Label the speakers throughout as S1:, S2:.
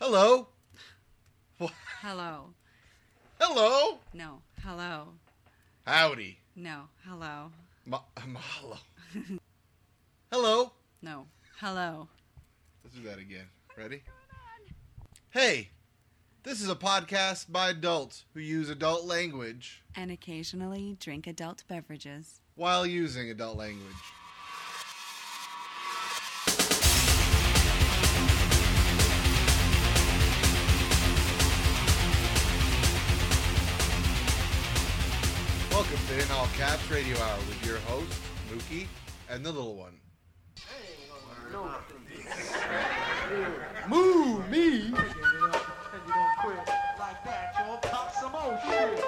S1: Hello.
S2: Hello.
S1: Hello.
S2: No. Hello.
S1: Howdy.
S2: No. Hello.
S1: Ma- mahalo. Hello.
S2: No. Hello.
S1: Let's do that again. Ready? Hey, this is a podcast by adults who use adult language
S2: And occasionally drink adult beverages.
S1: while using adult language. Welcome to In All Caps Radio Hour with your host, Mookie, and the little one. Moo me!
S3: you don't quit like that, you'll pop some old shit.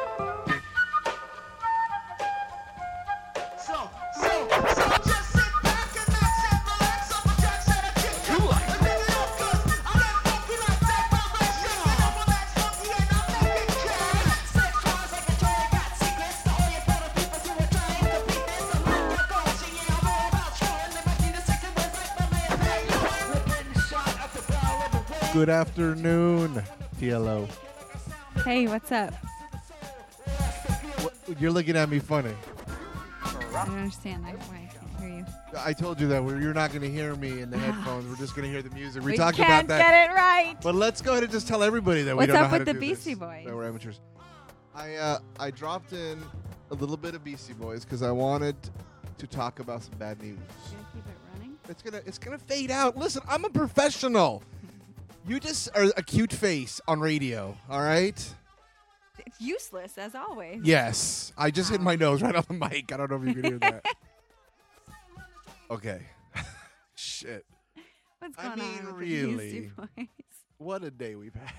S3: So, so, so just sit back and accept my legs on my tracks and I kick you like it up, 'cause I'm not funky like that, but my shit. And I'm a that's funky and I'm not big cat.
S4: Good afternoon, TLO.
S2: Hey, what's up?
S4: What, you're looking at me funny.
S2: I don't understand. I, why I can't hear you.
S4: I told you that we're, you're not going to hear me in the headphones. We're just going to hear the music. We, talked
S2: can't
S4: about that.
S2: get it right.
S4: But let's go ahead and just tell everybody that
S2: What's
S4: we don't
S2: up
S4: know how
S2: with
S4: to
S2: the
S4: do this.
S2: Beastie Boys?
S4: That we're amateurs. I uh, I dropped in a little bit of Beastie Boys because I wanted to talk about some bad news.
S2: Gonna keep it running?
S4: It's gonna it's gonna fade out. Listen, I'm a professional. You just are a cute face on radio. All right.
S2: It's useless as always.
S4: Yes. I just hit my nose right on the mic. I don't know if you can hear that. okay. Shit.
S2: What's going
S4: I mean,
S2: on with the Beastie
S4: really.
S2: Boys?
S4: What a day we've had.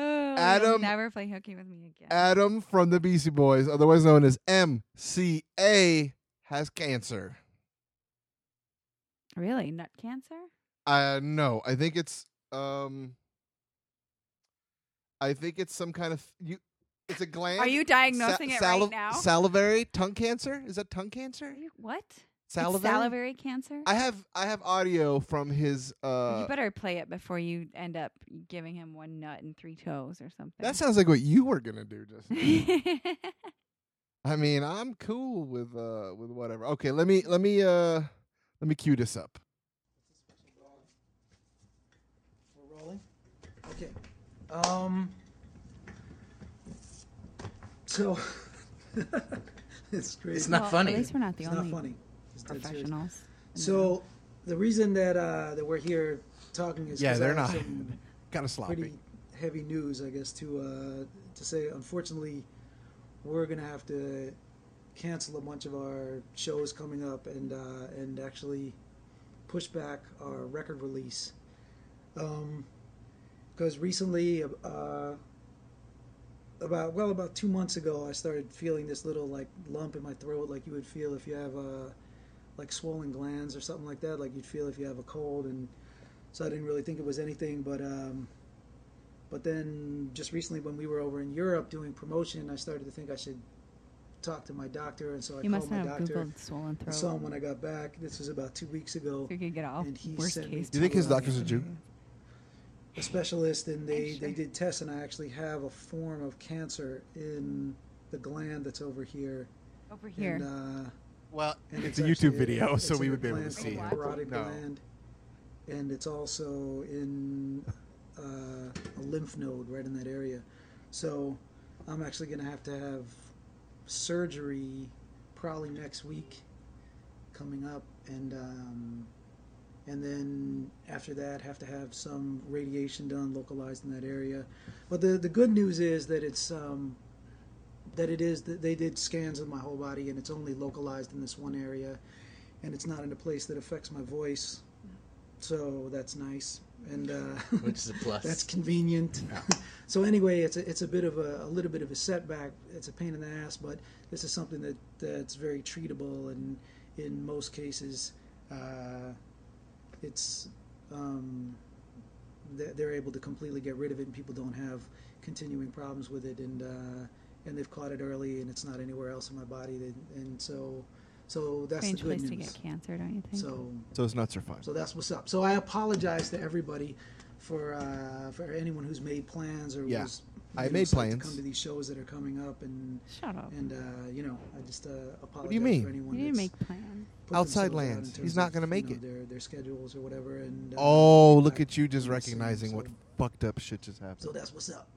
S2: Oh,
S4: Adam-
S2: never play hooky with me again.
S4: Adam from the Beastie Boys, otherwise known as MCA, has cancer.
S2: really? Nut cancer?
S4: Uh no, I think it's um I think it's some kind of you it's a gland.
S2: Are you diagnosing it
S4: sali-
S2: right now?
S4: Salivary tongue cancer? Is that tongue
S2: Are
S4: cancer?
S2: you, what? It's
S4: Salivary?
S2: salivary cancer?
S4: I have I have audio from his uh
S2: you better play it before you end up giving him one nut and three toes or something.
S4: That sounds like what you were gonna do just. now.
S2: okay.
S4: I mean, I'm cool with uh with whatever. Okay, let me let me uh let me cue this up.
S3: We're rolling. Okay. Um. So it's crazy.
S5: It's not funny.
S2: At least we're not the
S3: It's
S2: only
S3: not funny. It's dead serious.
S2: professionals.
S3: So the reason that uh, that we're here talking is
S4: Yeah,
S3: 'cause I
S4: they're
S3: have
S4: not
S3: some
S4: kind of sloppy.
S3: pretty heavy news, I guess, to uh, to say. Unfortunately, we're gonna have to cancel a bunch of our shows coming up and uh, and actually push back our record release. Um, because recently, uh, about well, about two months ago, I started feeling this little like lump in my throat, like you would feel if you have uh, like swollen glands or something like that, like you'd feel if you have a cold. And so I didn't really think it was anything, but um, but then just recently, when we were over in Europe doing promotion, I started to think I should talk to my doctor, and so I called
S2: you must
S3: my
S2: not have
S3: doctor.
S2: Googled swollen
S3: I
S2: throat.
S3: saw
S2: So
S3: him when I got back. This was about two weeks ago.
S2: you could get all
S3: and he
S2: worst
S3: sent me
S2: case.
S4: Do you think his
S3: to, uh,
S4: doctor's a Jew?
S3: a specialist and they,
S2: Sure.
S3: they did tests and I actually have a form of cancer in the gland that's over here.
S2: over here.
S3: And, uh,
S4: Well,
S3: and
S4: it's a YouTube
S3: actually a-
S4: video,
S3: it's
S4: so we
S3: in a
S4: would be able to
S3: gland
S4: see
S3: called
S4: him.
S3: the parotid
S4: No.
S3: gland. And it's also in uh, a lymph node right in that area. So I'm actually going to have to have surgery probably next week coming up. And, um, and then after that, have to have some radiation done localized in that area. But the, the good news is that it's um, that it is that they did scans of my whole body and it's only localized in this one area and it's not in a place that affects my voice so that's nice and uh,
S5: which is a plus.
S3: that's convenient so anyway it's a, it's a bit of a, a little bit of a setback it's a pain in the ass but this is something that that's very treatable and in most cases uh, it's um, they're, they're able to completely get rid of it and people don't have continuing problems with it and uh, and they've caught it early and it's not anywhere else in my body and, and so So that's
S2: Strange
S3: the good
S2: place
S3: news.
S2: to get cancer, don't you think?
S3: So
S4: Those nuts are fine.
S3: so that's what's up. So I apologize to everybody for uh, for anyone who's made plans or
S4: Yeah.
S3: was
S4: I
S3: you know,
S4: made
S3: set
S4: plans.
S3: to come to these shows that are coming up and
S2: Shut up.
S3: and uh, you know I just uh, apologize
S4: do you mean?
S3: for anyone
S2: You didn't
S3: that's
S2: make plans.
S3: put
S4: Outside
S3: themselves out
S4: lands.
S3: in terms
S4: He's not
S3: of,
S4: gonna
S3: you
S4: make
S3: know,
S4: it.
S3: their their schedules or whatever and uh,
S4: Oh, look
S3: I-
S4: at you just
S3: I'm
S4: recognizing
S3: saying,
S4: what
S3: so-
S4: fucked up shit just happened.
S3: so that's what's up.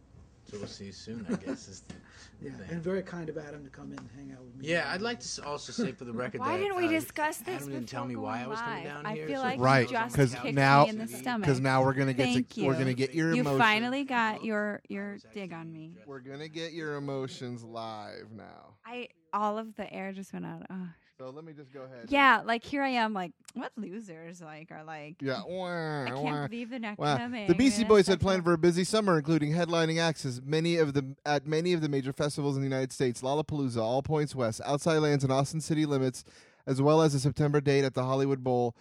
S5: So we'll see you soon, I guess. Is the
S3: Yeah,
S5: thing.
S3: and very kind of Adam to come in and hang out with me.
S5: yeah, I'd like to s- also say for the record
S2: Why
S5: that
S2: didn't we
S5: uh,
S2: discuss this
S5: Adam didn't
S2: before
S5: tell me why I was coming
S2: going live?
S5: down
S2: I
S5: here.
S2: feel
S5: so
S2: like
S5: for
S4: Right,
S5: those
S2: you
S5: on
S2: just
S5: the
S4: because
S5: couch
S2: kicked
S4: now-
S2: me in the
S5: sitting-
S2: stomach.
S4: Because now we're gonna get
S2: Thank
S4: to, we're
S2: you.
S4: gonna get your
S2: you
S4: emotions.
S2: finally got your your dig on me.
S4: We're gonna get your emotions live now.
S2: I all of the air just went out. Ugh.
S4: So let me just go ahead. and-
S2: Yeah, like here I am, like what losers like are like.
S4: Yeah. wah,
S2: I can't
S4: wah.
S2: believe the next
S4: Wow.
S2: coming.
S4: The Beastie
S2: and
S4: Boys
S2: stuff
S4: had planned
S2: like-
S4: for a busy summer, including headlining acts as many of the at many of the major festivals in the United States: Lollapalooza, All Points West, Outside Lands, and Austin City Limits, as well as a September date at the Hollywood Bowl.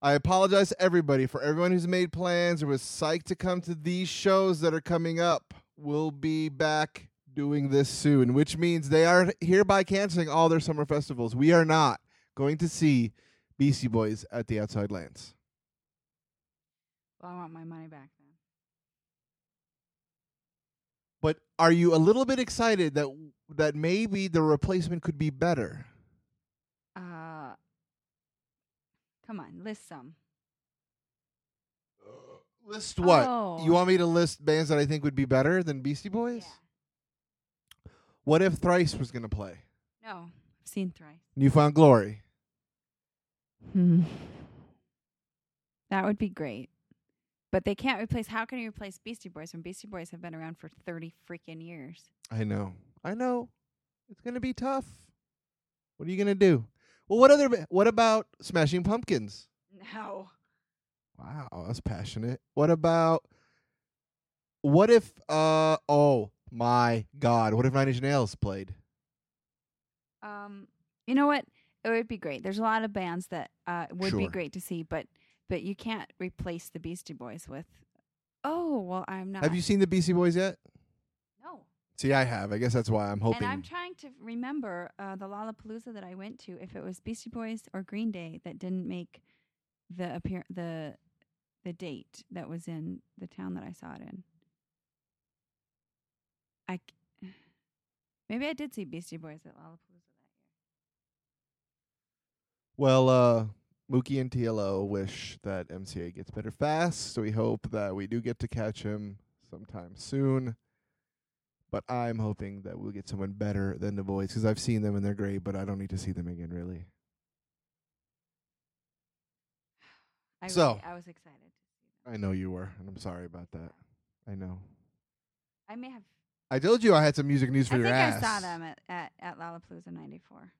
S4: I apologize to everybody for everyone who's made plans or was psyched to come to these shows that are coming up. We'll be back doing this soon, which means they are hereby canceling all their summer festivals. We are not going to see Beastie Boys at the Outside Lands.
S2: Well, I want my money back then.
S4: But are you a little bit excited that that maybe the replacement could be better?
S2: Uh, come on, list some.
S4: List what?
S2: Oh.
S4: You want me to list bands that I think would be better than Beastie Boys? What if Thrice was going to play?
S2: No, I've seen thrice.
S4: Newfound Glory.
S2: Hmm. That would be great. But they can't replace. How can you replace Beastie Boys when Beastie Boys have been around for thirty freaking years?
S4: I know. I know. It's going to be tough. What are you going to do? Well, what other ba- what about Smashing Pumpkins?
S2: No.
S4: Wow, that's passionate. What about what if uh oh my god, what if Nine Inch Nails played?
S2: Um, you know what? It would be great. There's a lot of bands that uh would be
S4: Sure.
S2: great to see, but but you can't replace the Beastie Boys with. Oh well, I'm not.
S4: Have you seen the Beastie Boys yet?
S2: No.
S4: See, I have. I guess that's why I'm hoping.
S2: And I'm trying to remember uh, the Lollapalooza that I went to. If it was Beastie Boys or Green Day that didn't make the appear the the date that was in the town that I saw it in. I c- maybe I did see Beastie Boys at Lollapalooza that year.
S4: well, uh, Mookie and TLO wish that MCA gets better fast, so we hope that we do get to catch him sometime soon. But I'm hoping that we'll get someone better than the boys because I've seen them and they're great, but I don't need to see them again, really.
S2: I really-
S4: So.
S2: I was excited.
S4: I know you were, and I'm sorry about that. I know.
S2: I may have.
S4: I told you I had some music news for
S2: I
S4: your
S2: think
S4: ass.
S2: I saw them at at, at Lollapalooza '94.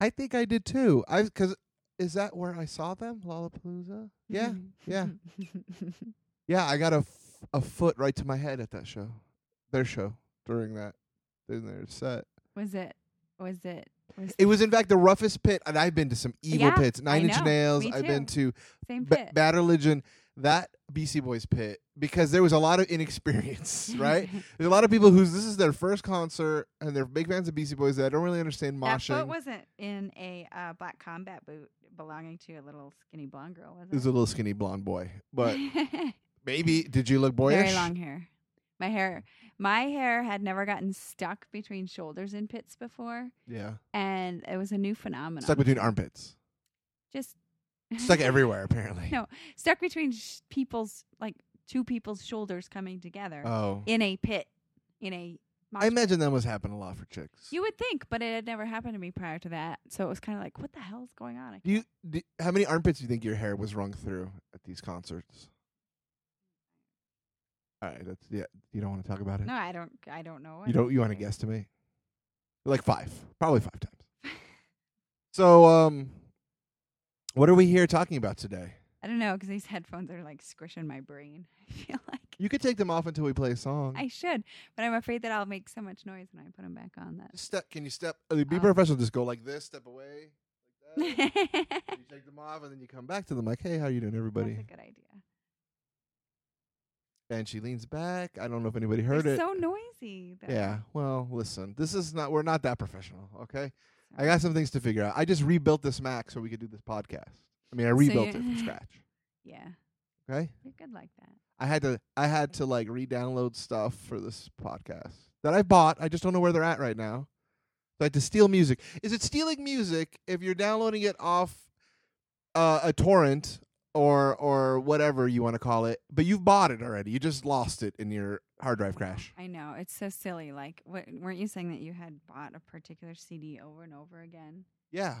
S4: I think I did too. I because is that where I saw them? Lollapalooza. Yeah, yeah. Yeah, I got a, f- a foot right to my head at that show, their show during that during their set.
S2: was it? Was it? Was
S4: It was in fact the roughest pit, and I've been to some evil
S2: Yeah,
S4: pits. Nine
S2: I
S4: Inch
S2: know,
S4: Nails.
S2: me
S4: I've been to
S2: same
S4: B-
S2: pit?
S4: Bad Religion. That BC Boys pit because there was a lot of inexperience, right? There's a lot of people who's this is their first concert and they're big fans of BC Boys. That don't really understand
S2: That
S4: moshing.
S2: foot wasn't in a uh, black combat boot belonging to a little skinny blonde girl, was it?
S4: it was a little skinny blonde boy, but maybe did you look boyish?
S2: very long hair. My hair, my hair had never gotten stuck between shoulders in pits before,
S4: Yeah,
S2: and it was a new phenomenon.
S4: stuck between armpits,
S2: just
S4: stuck everywhere apparently.
S2: No. stuck between sh- people's like two people's shoulders coming together
S4: Oh,
S2: in a pit, in a. mosh
S4: I
S2: pit.
S4: imagine that must happen a lot for chicks.
S2: you would think, but it had never happened to me prior to that, so it was kind of like, what the hell is going on? I
S4: Do you do, how many armpits do you think your hair was wrung through at these concerts? All right, that's yeah. You don't want to talk about it.
S2: no, I don't. I don't know. I
S4: you don't. You want to
S2: care.
S4: guess to me? Like five, probably five times. so, um, what are we here talking about today?
S2: I don't know because these headphones are like squishing my brain. I feel like
S4: You could take them off until we play a song.
S2: I should, but I'm afraid that I'll make so much noise when I put them back on that.
S4: step. Can you step? uh, Be
S2: Um,
S4: professional. Just go like this. Step away. Like that. and you take them off, and then you come back to them like, "Hey, how you doing,
S2: That's a
S4: everybody?"
S2: good idea.
S4: and she leans back. I don't know if anybody heard
S2: They're
S4: it.
S2: so noisy. Though.
S4: yeah. Well, listen, this is not. We're not that professional, okay? I got some things to figure out. I just rebuilt this Mac so we could do this podcast. I mean, I rebuilt it from
S2: you're-
S4: scratch.
S2: Yeah,
S4: Okay.
S2: you're good like that.
S4: I had to. I had to like re-download stuff for this podcast that I bought. I just don't know where they're at right now. So I had to steal music. Is it stealing music if you're downloading it off uh, a torrent or or whatever you want to call it? But you've bought it already. You just lost it in your hard drive crash.
S2: I know it's so silly. Like, what weren't you saying that you had bought a particular CD over and over again,
S4: Yeah.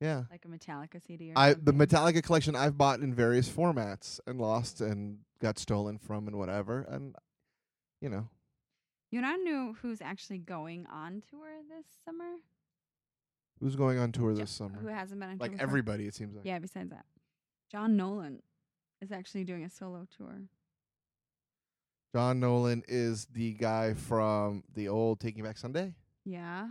S4: Yeah.
S2: like a Metallica CD? Or
S4: I the
S2: something?
S4: Metallica collection I've bought in various formats and lost and got stolen from and whatever and you know
S2: You not know who's actually going on tour this summer?
S4: who's going on tour
S2: Jo-
S4: this summer?
S2: Who hasn't been on
S4: Like
S2: tour? before?
S4: everybody, it seems like.
S2: Yeah. Besides that, John Nolan is actually doing a solo tour.
S4: John Nolan is the guy from the old Taking Back Sunday.
S2: Yeah,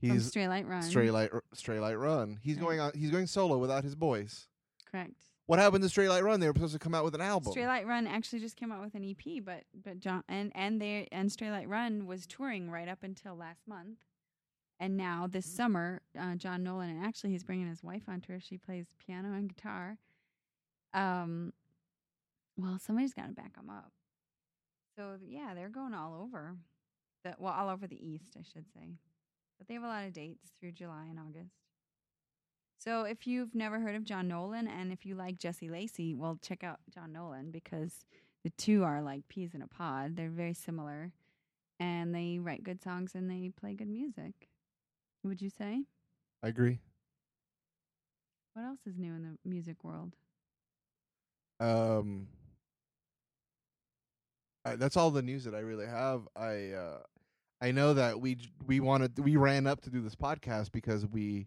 S2: from
S4: He's
S2: Stray Light Run.
S4: Stray Light Stray Light Run. He's
S2: Right.
S4: going on. He's going solo without his boys.
S2: correct.
S4: What happened to Stray Light Run? They were supposed to come out with an album.
S2: Stray Light Run actually just came out with an EP, but but John and and they and Stray Light Run was touring right up until last month, and now this
S4: Mm-hmm.
S2: summer, uh, John Nolan and actually he's bringing his wife on tour. She plays piano and guitar. Um, well, somebody's got to back them up. So yeah, they're going all over, the, well, all over the East, I should say. But they have a lot of dates through July and August. So if you've never heard of John Nolan and if you like Jesse Lacey, well, check out John Nolan because the two are like peas in a pod. They're very similar, and they write good songs and they play good music. Would you say?
S4: I agree.
S2: What else is new in the music world?
S4: Um, I, that's all the news that I really have. I uh, I know that we j- we wanted we ran up to do this podcast because we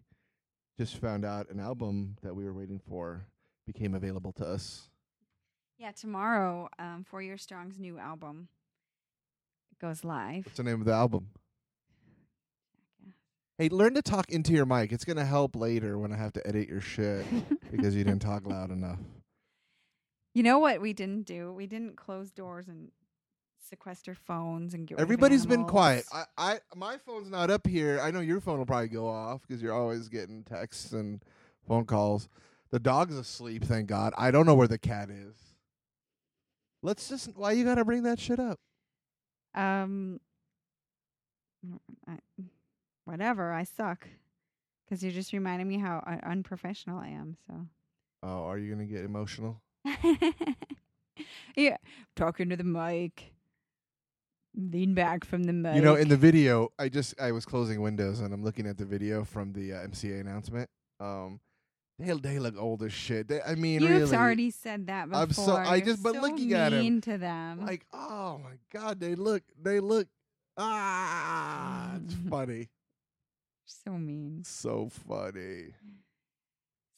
S4: just found out an album that we were waiting for became available to us.
S2: Yeah, tomorrow, um, Four Year Strong's new album goes live.
S4: What's the name of the album? Hey, learn to talk into your mic. It's gonna help later when I have to edit your shit because you didn't talk loud enough.
S2: You know what we didn't do? We didn't close doors and sequester phones and get.
S4: Everybody's been quiet.
S2: I,
S4: I, I my phone's not up here. I know your phone will probably go off because you're always getting texts and phone calls. The dog's asleep, thank God. I don't know where the cat is. Let's just why you gotta bring that shit up?
S2: um, no, I, whatever. I suck because you're just reminding me how un- unprofessional I am. So.
S4: Oh, are you gonna get emotional?
S2: yeah, talking to the mic. Lean back from the mic.
S4: You know, in the video, I just I was closing windows and I'm looking at the video from the uh, MCA announcement. Um, they they look old as shit. They, I mean,
S2: You've
S4: really,
S2: already said that before.
S4: I'm so- I
S2: You're
S4: just- but
S2: so
S4: looking at 'em,
S2: mean to them.
S4: like oh my god, they look they look ah, it's funny,
S2: so mean.
S4: so funny.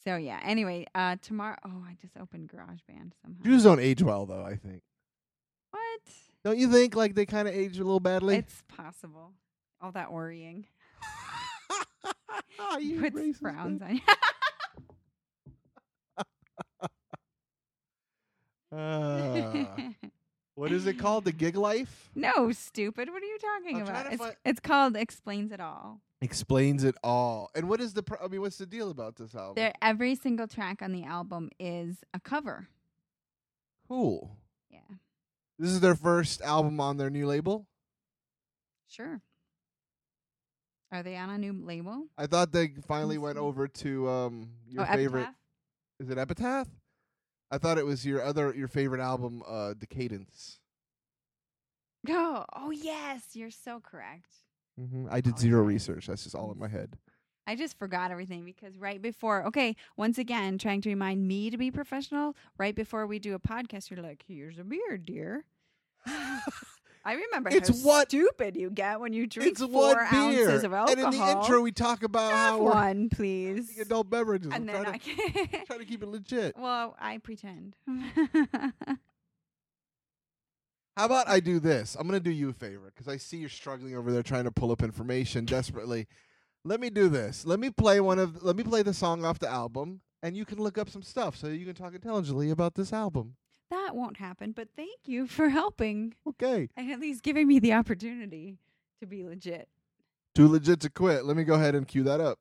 S2: So yeah. Anyway, uh, tomorrow. Oh, I just opened GarageBand somehow.
S4: Jews don't age well though. I think
S2: what?
S4: don't you think like they kind of age a little badly?
S2: It's possible. All that worrying
S4: You
S2: puts
S4: racist
S2: frowns
S4: bitch.
S2: on you.
S4: Ah. what is it called? The gig life
S2: no, stupid. What are you talking
S4: I'm trying
S2: about?
S4: to
S2: It's,
S4: fi-
S2: it's called explains it all.
S4: explains it all. And what is the? Pro- I mean, what's the deal about this album?
S2: There, every single track on the album is a cover.
S4: cool.
S2: Yeah,
S4: This is their first album on their new label.
S2: sure. Are they on a new label?
S4: I thought they finally went
S2: see.
S4: over to um your
S2: oh,
S4: favorite.
S2: Epitaph?
S4: Is it Epitaph? I thought it was your other your favorite album, uh, Decadence.
S2: No. Oh yes, you're so correct.
S4: Mm-hmm. I did
S2: Oh,
S4: zero
S2: yeah.
S4: research. That's just all in my head.
S2: I just forgot everything because right before, okay, once again, trying to remind me to be professional, right before we do a podcast, you're like, here's a beer, dear. I remember
S4: It's
S2: how
S4: what-
S2: stupid you get when you drink
S4: it's
S2: four
S4: one beer,
S2: ounces of alcohol.
S4: and in the intro we talk about
S2: Have
S4: how we're
S2: one, please.
S4: drinking adult beverages.
S2: And
S4: I'm
S2: then
S4: trying,
S2: I
S4: to, trying to keep it legit.
S2: Well, I pretend.
S4: How about I do this? I'm gonna do you a favor because I see you're struggling over there trying to pull up information desperately. Let me do this. Let me play one of. Let me play the song off the album, and you can look up some stuff so you can talk intelligently about this album.
S2: that won't happen. But thank you for helping
S4: Okay.
S2: and at least giving me the opportunity to be legit.
S4: Too legit to quit. Let me go ahead and cue that up.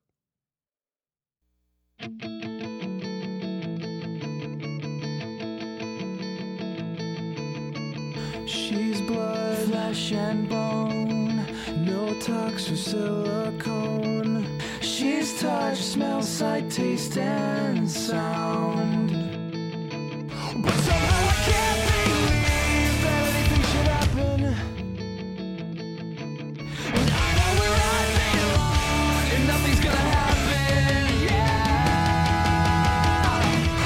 S1: She's blood, flesh, and bone. No tox or silicone. She's touch, smell, sight, taste, and sound. But somehow I can't believe that anything should happen. And I know where I belong, and nothing's gonna happen. Yeah,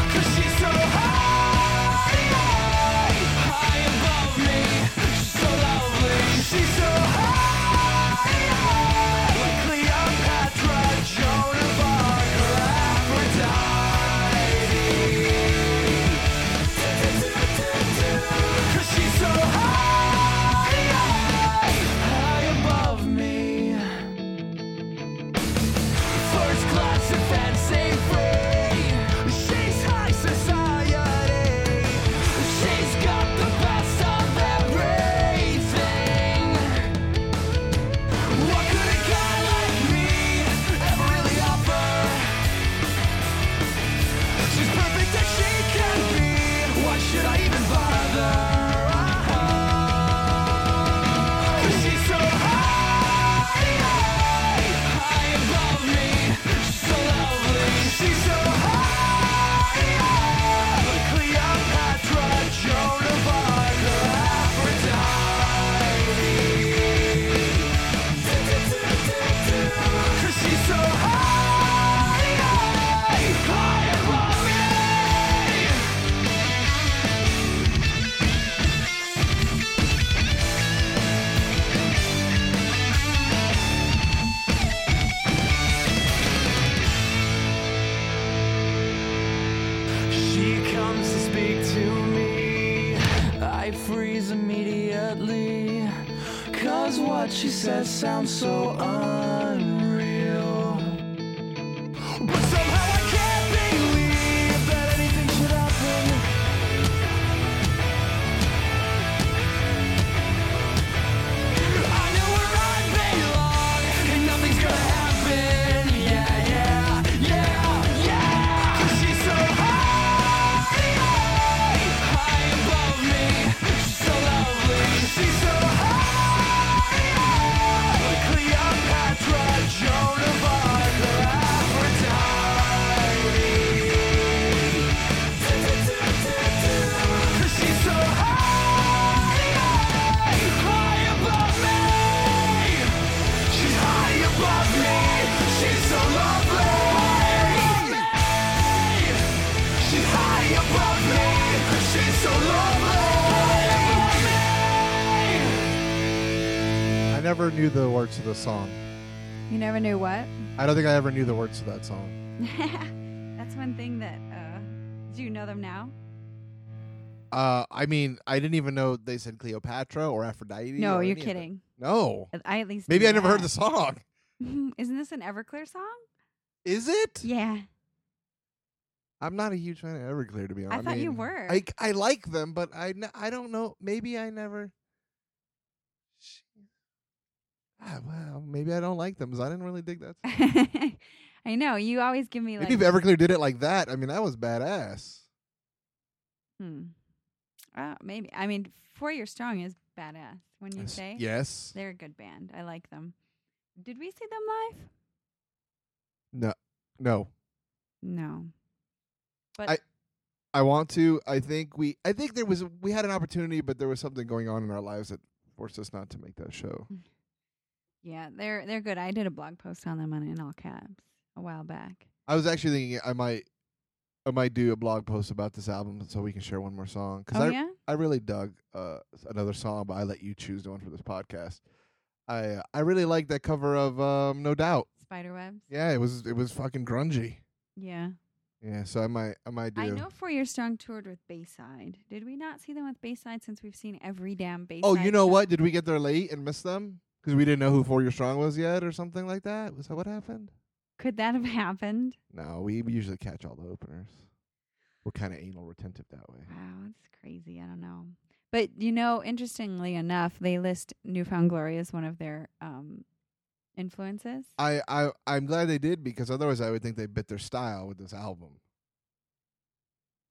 S1: 'Cause she's so high. High above me, so lovely. She's so high, like Cleopatra, Joan of Arc, or Aphrodite. 'Cause she's so high, high above me. First class and fancy free. She's high society. She's got the best of everything. What could a guy like me ever really offer? She's perfect as she can be. Why should I even bother? Cause she's so high. High above me, so lovely. She's so high, like Cleopatra, Joan of Arc, or Aphrodite. 'Cause she's so high, high above me. She comes to speak to me. I freeze immediately. Cause what she says sounds so unreal. But somehow I can't believe that anything should happen. I know where I belong, and nothing's gonna happen. Yeah, yeah, yeah, yeah. 'Cause she's so high, high above me, so lovely. She's so high, like Cleopatra, Joan of Arc, or Aphrodite. 'Cause she's so high, high above me. She's high above me. She's so lovely. She's high above me. She's so lovely.
S4: I never knew the words to the song.
S2: You never knew what?
S4: I don't think I ever knew the words to that song.
S2: That's one thing that. Uh, do you know them now?
S4: Uh, I mean, I didn't even know they said Cleopatra or Aphrodite.
S2: no,
S4: or
S2: you're
S4: any of it.
S2: kidding.
S4: No.
S2: I at least
S4: Maybe
S2: knew
S4: I never heard the
S2: that.
S4: song.
S2: Isn't this an Everclear song?
S4: Is it?
S2: Yeah,
S4: I'm not a huge fan of Everclear, to be
S2: I
S4: honest.
S2: thought you
S4: mean,
S2: were.
S4: I, I like them, but I, n- I don't know. Maybe I never. Sh- Ah, well, maybe I don't like them because I didn't really dig that. song.
S2: I know. You always give me like.
S4: Maybe if Everclear did it like that, I mean, that was badass.
S2: hmm. Uh, maybe. I mean, Four Year Strong is badass. When you
S4: Yes.
S2: say,
S4: Yes.
S2: they're a good band. I like them. Did we see them live?
S4: No.
S2: No. But
S4: I- I want to. I think we. I think there was. We had an opportunity, but there was something going on in our lives that forced us not to make that show.
S2: yeah, they're they're good. I did a blog post on them on in all caps a while back.
S4: I was actually thinking I might. I might do a blog post about this album so we can share one more song because
S2: Oh
S4: I
S2: yeah,
S4: I really dug uh, another song, but I let you choose the one for this podcast. I uh, I really like that cover of um, No Doubt.
S2: Spiderwebs.
S4: Yeah, it was it was fucking grungy.
S2: Yeah.
S4: Yeah, so I might I might do.
S2: I know Four Year Strong toured with Bayside. Did we not see them with Bayside since we've seen every damn Bayside?
S4: oh, you know
S2: show?
S4: what? Did we get there late and miss them because we didn't know who Four Year Strong was yet or something like that? Was that what happened?
S2: Could that have happened?
S4: No, we usually catch all the openers. We're kind of anal retentive that way.
S2: Wow, that's crazy. I don't know. But you know, interestingly enough, they list Newfound Glory as one of their um influences.
S4: I, I I'm glad they did because otherwise I would think they bit their style with this album.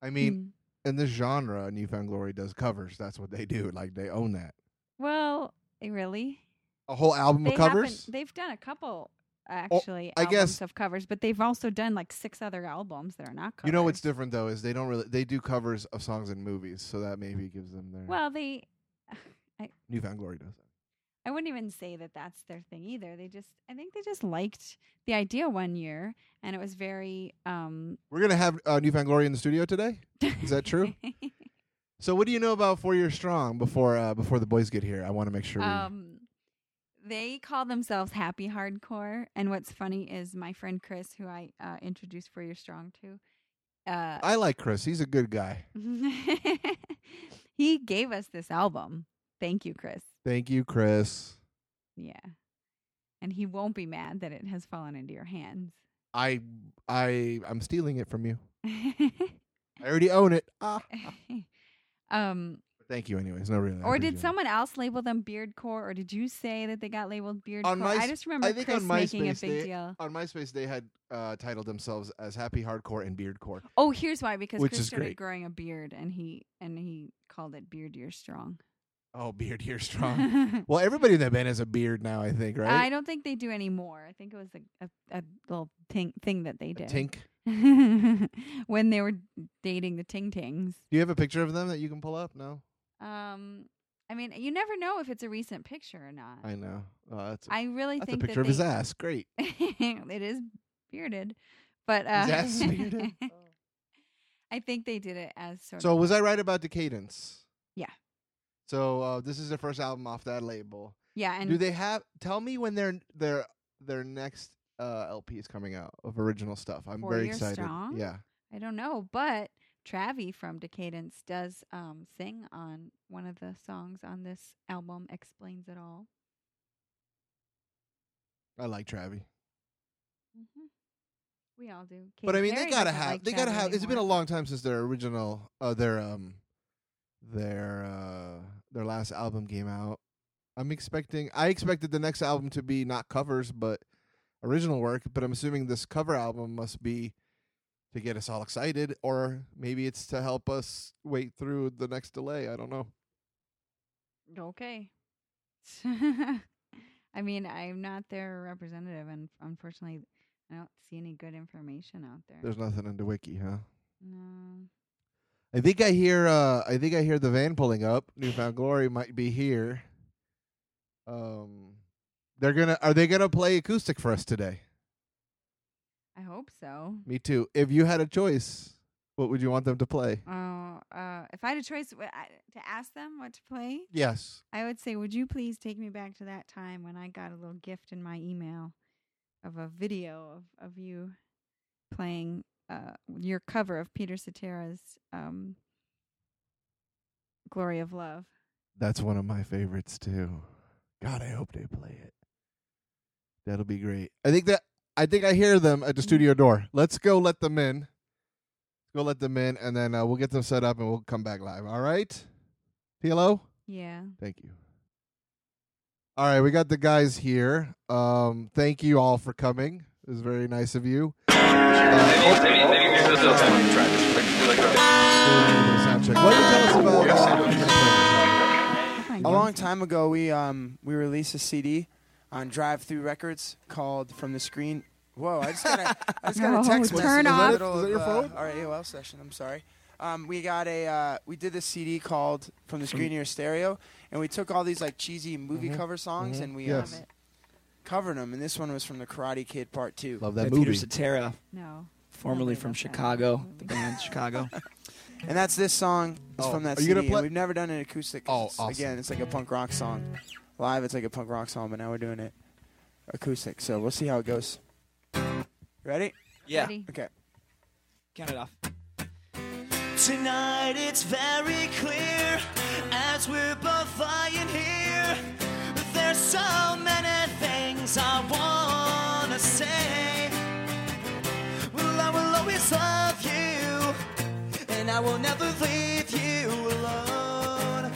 S4: I mean,
S2: Mm.
S4: in this genre, Newfound Glory does covers. That's what they do. Like they own that.
S2: well, eh, really?
S4: A whole album of
S2: haven't-
S4: covers.
S2: They've done a couple
S4: Oh,
S2: actually
S4: I
S2: albums
S4: guess-
S2: of covers, but they've also done like six other albums that are not covers.
S4: You know what's different though is they don't really they do covers of songs in movies, so that maybe gives them their
S2: Well, they
S4: Newfound Glory does.
S2: I wouldn't even say that that's their thing either. They just I think they just liked the idea one year and it was very um
S4: We're gonna have uh, Newfound Glory in the studio today. Is that true? So what do you know about Four Year Strong before uh, before the boys get here? I want to make sure. we-
S2: Um, they call themselves happy hardcore, and what's funny is my friend Chris, who I uh, introduced for your strong to, uh,
S4: I like Chris. He's a good guy.
S2: he gave us this album. Thank you, Chris.
S4: Thank you, Chris.
S2: Yeah, and he won't be mad that it has fallen into your hands.
S4: I I I'm stealing it from you. I already own it. Ah.
S2: um,
S4: Thank you, anyways. No, really. I
S2: or did
S4: appreciate it.
S2: someone else label them beardcore, or did you say that they got labeled beardcore?
S4: On
S2: I
S4: Mys-
S2: just remember
S4: I think
S2: Chris
S4: on
S2: making a
S4: MySpace
S2: big
S4: they-
S2: deal.
S4: on MySpace they had uh, titled themselves as Happy Hardcore and Beardcore?
S2: Oh, here's why because
S4: Which
S2: Chris
S4: is
S2: started
S4: great.
S2: growing a beard and he and he called it beard year strong.
S4: Oh, beard here strong. well, everybody in that band has a beard now. I think, right?
S2: I don't think they do anymore. I think it was a a, a little ting, thing that they
S4: A
S2: did
S4: Tink.
S2: when they were dating the Ting Tings.
S4: Do you have a picture of them that you can pull up? No,
S2: Um, I mean, you never know if it's a recent picture or not. I,
S4: I know. Oh, that's a,
S2: really
S4: that's a
S2: think
S4: picture of
S2: that
S4: his
S2: they,
S4: ass. Great.
S2: it is bearded, but uh,
S4: ass is bearded?
S2: I think they did it as sort
S4: So
S2: of
S4: was I right about Decadence?
S2: Yeah.
S4: So uh, this is their first album off that label.
S2: yeah. And
S4: Do they have? Tell me when their their their next uh, LP is coming out of original stuff. I'm
S2: Four
S4: very
S2: Year
S4: excited.
S2: Strong?
S4: Yeah.
S2: I don't know, but Travi from Decadence does um, sing on one of the songs on this album, Explains It All.
S4: I like Travi.
S2: Mm-hmm. We all do.
S4: But
S2: Katy
S4: I mean,
S2: Perry
S4: they gotta
S2: doesn't
S4: have.
S2: like
S4: they gotta
S2: Travi
S4: have. It's been a
S2: anymore.
S4: long time since their original, uh, their um, their uh, their last album came out. I'm expecting. I expected the next album to be not covers, but original work. But I'm assuming this cover album must be to get us all excited, or maybe it's to help us wait through the next delay. I don't know.
S2: Okay. I mean, I'm not their representative, and unfortunately, I don't see any good information out there.
S4: There's nothing in the wiki, huh?
S2: no.
S4: I think I hear. Uh, I think I hear the van pulling up. Newfound Glory might be here. Um, they're gonna. Are they gonna play acoustic for us today?
S2: I hope so.
S4: Me too. If you had a choice, what would you want them to play?
S2: Oh, uh, if I had a choice w I to ask them what to play,
S4: Yes.
S2: I would say, would you please take me back to that time when I got a little gift in my email of a video of, of you playing uh, your cover of Peter Cetera's um, Glory of Love.
S4: That's one of my favorites too. God, I hope they play it. That'll be great. I think that I think I hear them at the studio door. Let's go let them in. Go let them in, and then uh, we'll get them set up, and we'll come back live. All right, PLO.
S2: Yeah.
S4: Thank you. All right, we got the guys here. Um, thank you all for coming. It was very nice of you. Uh, sound check. Why don't you tell us about-
S2: Fine,
S6: A
S2: yeah.
S6: long time ago, we um we released a CD on Drive Thru Records called "From the Screen." Whoa! I just got a, I just got
S2: No,
S6: a text message.
S2: turn
S6: in the
S2: off.
S6: middle
S4: Is that
S6: of,
S4: your
S6: uh,
S4: phone?
S6: our AOL session. I'm sorry. Um, we got a uh, we did this CD called "From the Screen to Your Stereo," and we took all these like cheesy movie cover songs and we
S4: Mm-hmm. Yes.
S6: um,
S2: Love it.
S6: covered them. And this one was from The Karate Kid Part Two.
S4: Love
S7: By
S4: that
S7: Peter
S4: movie.
S7: Cetera,
S2: No. Nobody
S7: formerly from
S2: loves that
S7: Chicago,
S2: movie.
S7: the band Chicago.
S6: And that's this song. It's
S4: Oh,
S6: from that
S4: are you
S6: CD.
S4: gonna play-
S6: and we've never done an acoustic. 'cause
S4: Oh,
S6: it's-
S4: awesome.
S6: Again, it's like a punk rock song. Live, it's like a punk rock song, but now we're doing it acoustic. So we'll see how it goes. Ready?
S7: Yeah,
S2: Ready?
S6: Okay.
S7: count it off.
S8: Tonight it's very clear as we're both flying here. There's so many things I wanna say. Well, I will always love you,
S7: I will never leave you alone.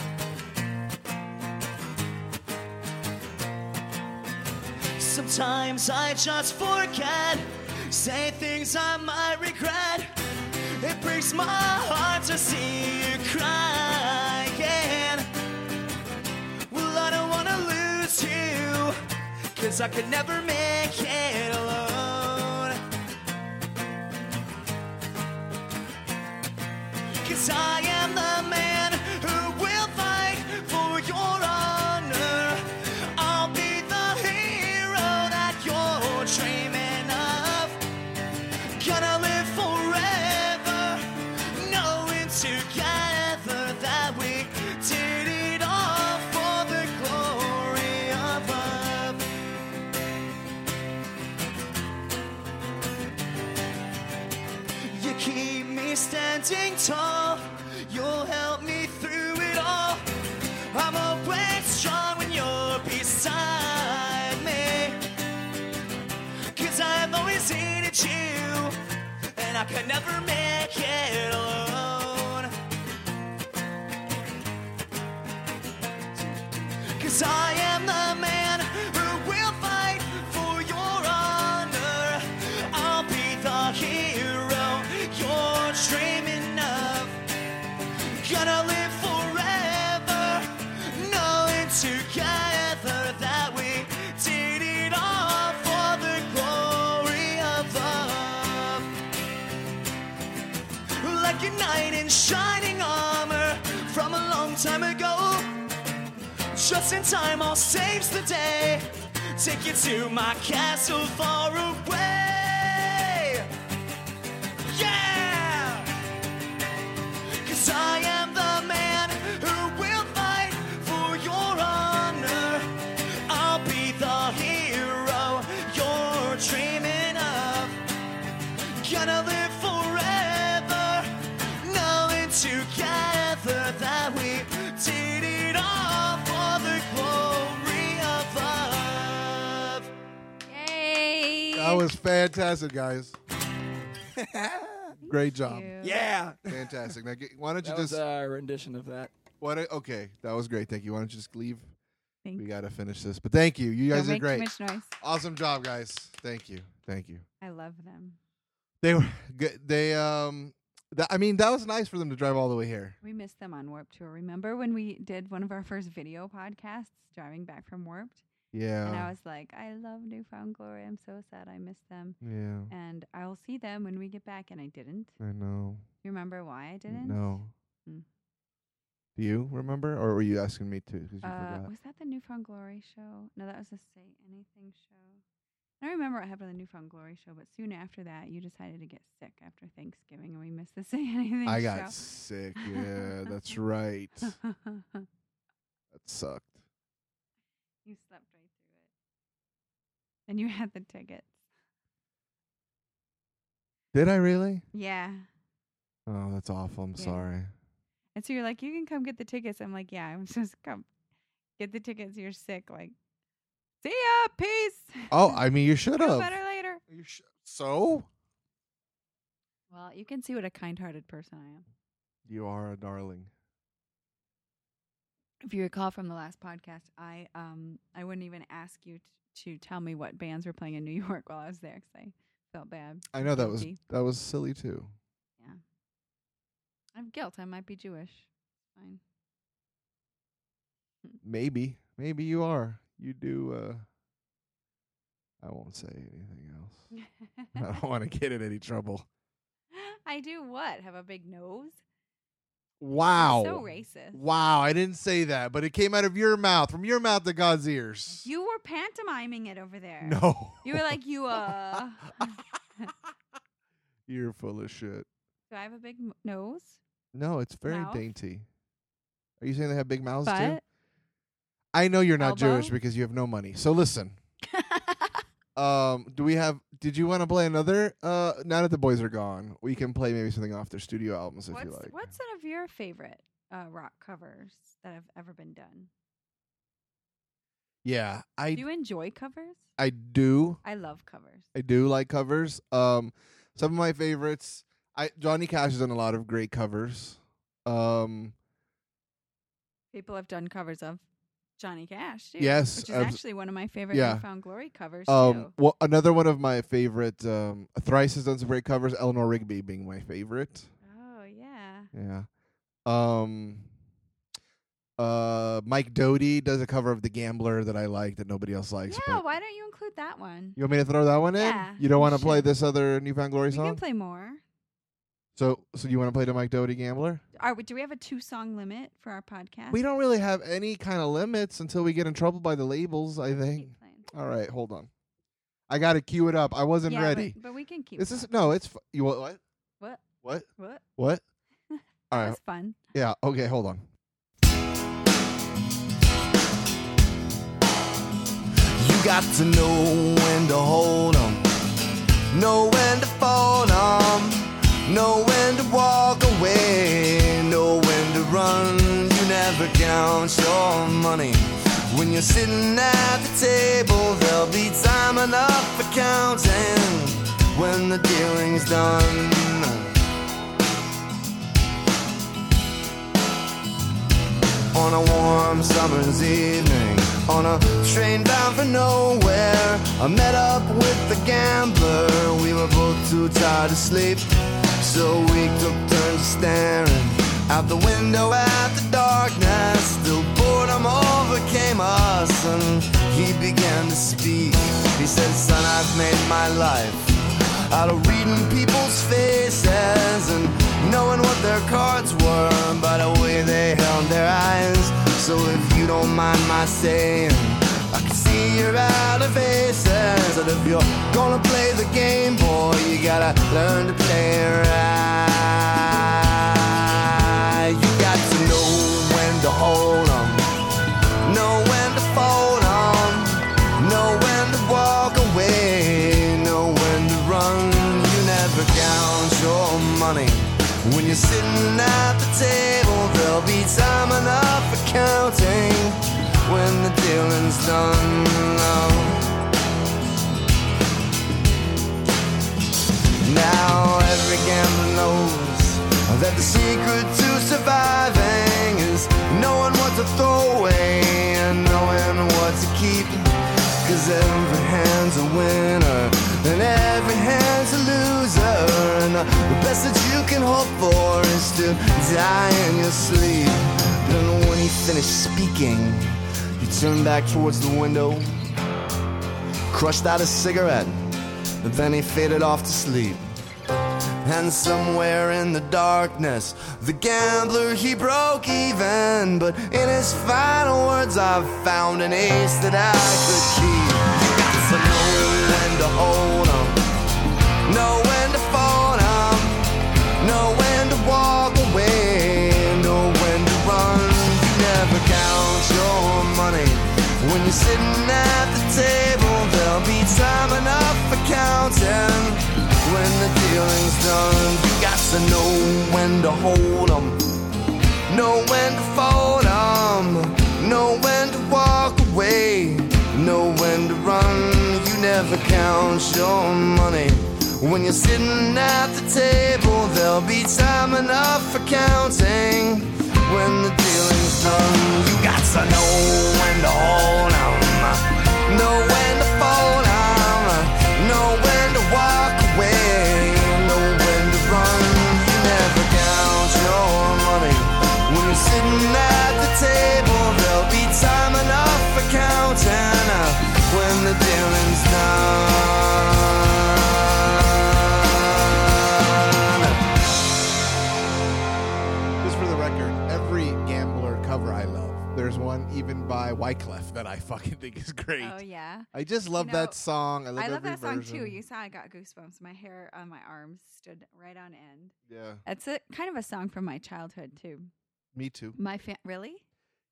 S7: Sometimes I just forget, say things I might regret. It breaks my heart to see you cry again. Well, I don't wanna lose you, cause I could never make it alone. Cause I am the man who will fight for your honor. I'll be the hero that you're dreaming of. Gonna live forever, knowing together that we did it all for the glory of love. You keep me standing tall. You'll help me through it all. I'm always strong when you're beside me. Cause I've always needed you. And I could never make it alone. Cause I am the man who will fight for your honor. I'll be the hero you're dreaming of. Gonna live forever, knowing together that we did it all for the glory of love like a knight in shining armor from a long time ago. Just in time, all saves the day. Take you to my castle far away. Yeah! Cause I am the man who will fight for your honor. I'll be the hero you're dreaming of gonna live forever, knowing together that we did it all for the glory of love.
S2: Yay!
S4: That was fantastic, guys. Great job.
S1: Yeah.
S4: Fantastic. Now, g- why don't you
S1: That
S4: just?
S1: was a rendition of that.
S4: why don't, okay, that was great. Thank you. Why don't you just leave?
S2: Thank
S4: we gotta finish this, but thank you. You
S2: Don't
S4: guys did
S2: make
S4: great.
S2: too much noise.
S4: Awesome job, guys. Thank you. Thank you.
S2: I love them.
S4: They were good. They um. That, I mean, that was nice for them to drive all the way here.
S2: We missed them on Warp Tour. Remember when we did one of our first video podcasts driving back from Warped? And I
S4: Yeah.
S2: was like, I love Newfound Glory. I'm so sad I missed them.
S4: Yeah.
S2: And I'll see them when we get back. And I didn't.
S4: I know.
S2: You remember why I didn't?
S4: Mm. No.
S2: Mm.
S4: Do you remember, or were you asking me to? 'cause you
S2: Uh,
S4: forgot.
S2: was that the Newfound Glory show? No, that was the Say Anything show. I don't remember what happened to the Newfound Glory show, but soon after that, you decided to get sick after Thanksgiving, and we missed the Say Anything
S4: I
S2: show.
S4: got sick. Yeah, that's right. That sucked.
S2: you slept right through it, and you had the tickets.
S4: Did I really?
S2: Yeah,
S4: Oh, that's awful. I'm
S2: Yeah.
S4: sorry.
S2: and so you're like, you can come get the tickets. I'm like, yeah, I'm just come get the tickets. You're sick. Like, see ya, peace.
S4: Oh, I mean, you should
S2: Feel
S4: have.
S2: better later.
S4: You sh- so?
S2: Well, you can see what a kind-hearted person I am.
S4: You are a darling.
S2: if you recall from the last podcast, I um I wouldn't even ask you t- to tell me what bands were playing in New York while I was there 'cause I felt bad.
S4: I know that was
S2: Guilty.
S4: that was silly too.
S2: I have guilt. I might be Jewish. Fine.
S4: Maybe, maybe you are. You do. uh I won't say anything else. I don't want to get in any trouble.
S2: I do what? Have a big nose?
S4: Wow.
S2: So racist.
S4: Wow, I didn't say that, but it came out of your mouth, from your mouth to God's ears.
S2: You were pantomiming it over there.
S4: no.
S2: You were like you uh.
S4: You're full of shit.
S2: do I have a big m- nose?
S4: No, it's very
S2: Mouth?
S4: dainty. Are you saying they have big mouths too?
S2: But
S4: I know you're not Jewish
S2: Elbow?
S4: because you have no money. So listen. um, do we have did you want to play another uh now that the boys are gone, we can play maybe something off their studio albums if
S2: what's
S4: you like.
S2: what's one of your favorite uh, rock covers that have ever been done?
S4: Yeah, I
S2: Do you enjoy covers?
S4: I do.
S2: I love covers.
S4: I do like covers. Um, some of my favorites. I Johnny Cash has done a lot of great covers. Um,
S2: People have done covers of Johnny Cash, too.
S4: Yes,
S2: Which is
S4: abs-
S2: actually one of my favorite
S4: yeah.
S2: I Found Glory covers,
S4: um,
S2: too.
S4: well, another one of my favorite. Um, Thrice has done some great covers. Eleanor Rigby being my favorite.
S2: Oh, yeah.
S4: Yeah. Um. Uh, Mike Doty does a cover of The Gambler that I like that nobody else likes.
S2: yeah,
S4: but-
S2: why don't you include that one?
S4: You want me to throw that one in?
S2: Yeah,
S4: you don't
S2: you
S4: want to play
S2: should.
S4: this other Newfound Glory
S2: We can
S4: song?
S2: play more.
S4: so, so you want to play the Mike Doty Gambler?
S2: Are, we- do we have a two song limit for our podcast?
S4: We don't really have any kind of limits until we get in trouble by the labels, I think.
S2: Keep playing.
S4: All right, hold on. I got to cue it up. I wasn't
S2: Yeah,
S4: ready.
S2: But, but we can keep
S4: This is
S2: going.
S4: no, it's f- you what? What?
S2: What?
S4: What?
S2: What?
S4: What? All
S2: That
S4: right.
S2: was fun.
S4: Yeah, okay, hold on.
S8: You got to know when to hold 'em, know when to fold 'em, know when to walk away, know when to run. You never count your money. When you're sitting at the table, there'll be time enough for counting when the dealing's done. on a warm summer's evening. On a train bound for nowhere, I met up with the gambler. We were both too tired to sleep, so we took turns staring out the window at the darkness. Till boredom overcame us, and he began to speak. He said, Son, I've made my life out of reading people's faces and knowing what their cards were by the way they held their eyes. So if you don't mind my saying, I can see you're out of aces. And if you're gonna play the game, boy, you gotta learn to play right. You got to know when to hold 'em, know when to fold 'em, know when to walk away, know when to run. You never count your money when you're sitting at the table. There'll be time enough for counting when the dealing's done. oh. Now every gambler knows that the secret to surviving is knowing what to throw away and knowing what to keep. Cause every hand's a winner and every hand's a loser. And uh, the best that you can hope for is to die in your sleep. Then when he finished speaking, he turned back towards the window, crushed out a cigarette, and then he faded off to sleep. And somewhere in the darkness, the gambler he broke even. But in his final words, I found an ace that I could keep. You got to know when to hold 'em, know when to fold 'em, know when to walk away, know when to run. You never count your money when you're sitting at the table. There'll be time enough for counting when the dealing's done. You got to know when to hold 'em, know when to fold 'em, know when to walk away, know when to run. You never count your money. When you're sitting at the table, there'll be time enough for counting. When the dealing's done, you got to know when to hold 'em, know when to fold 'em, know when to walk away, know when to run. You never count your money when you're sitting at the table. There'll be time enough for counting uh, when the dealing's done.
S4: Just for the record, every gambler cover I love. There's one even by Wyclef that I fucking think is great.
S2: Oh, yeah.
S4: I just love
S2: know,
S4: that song. I love,
S2: I love
S4: every
S2: that song,
S4: version.
S2: too. You saw I got goosebumps. My hair on my arms stood right on end.
S4: yeah,
S2: That's a kind of a song from my childhood, too.
S4: me too.
S2: My fa- Really?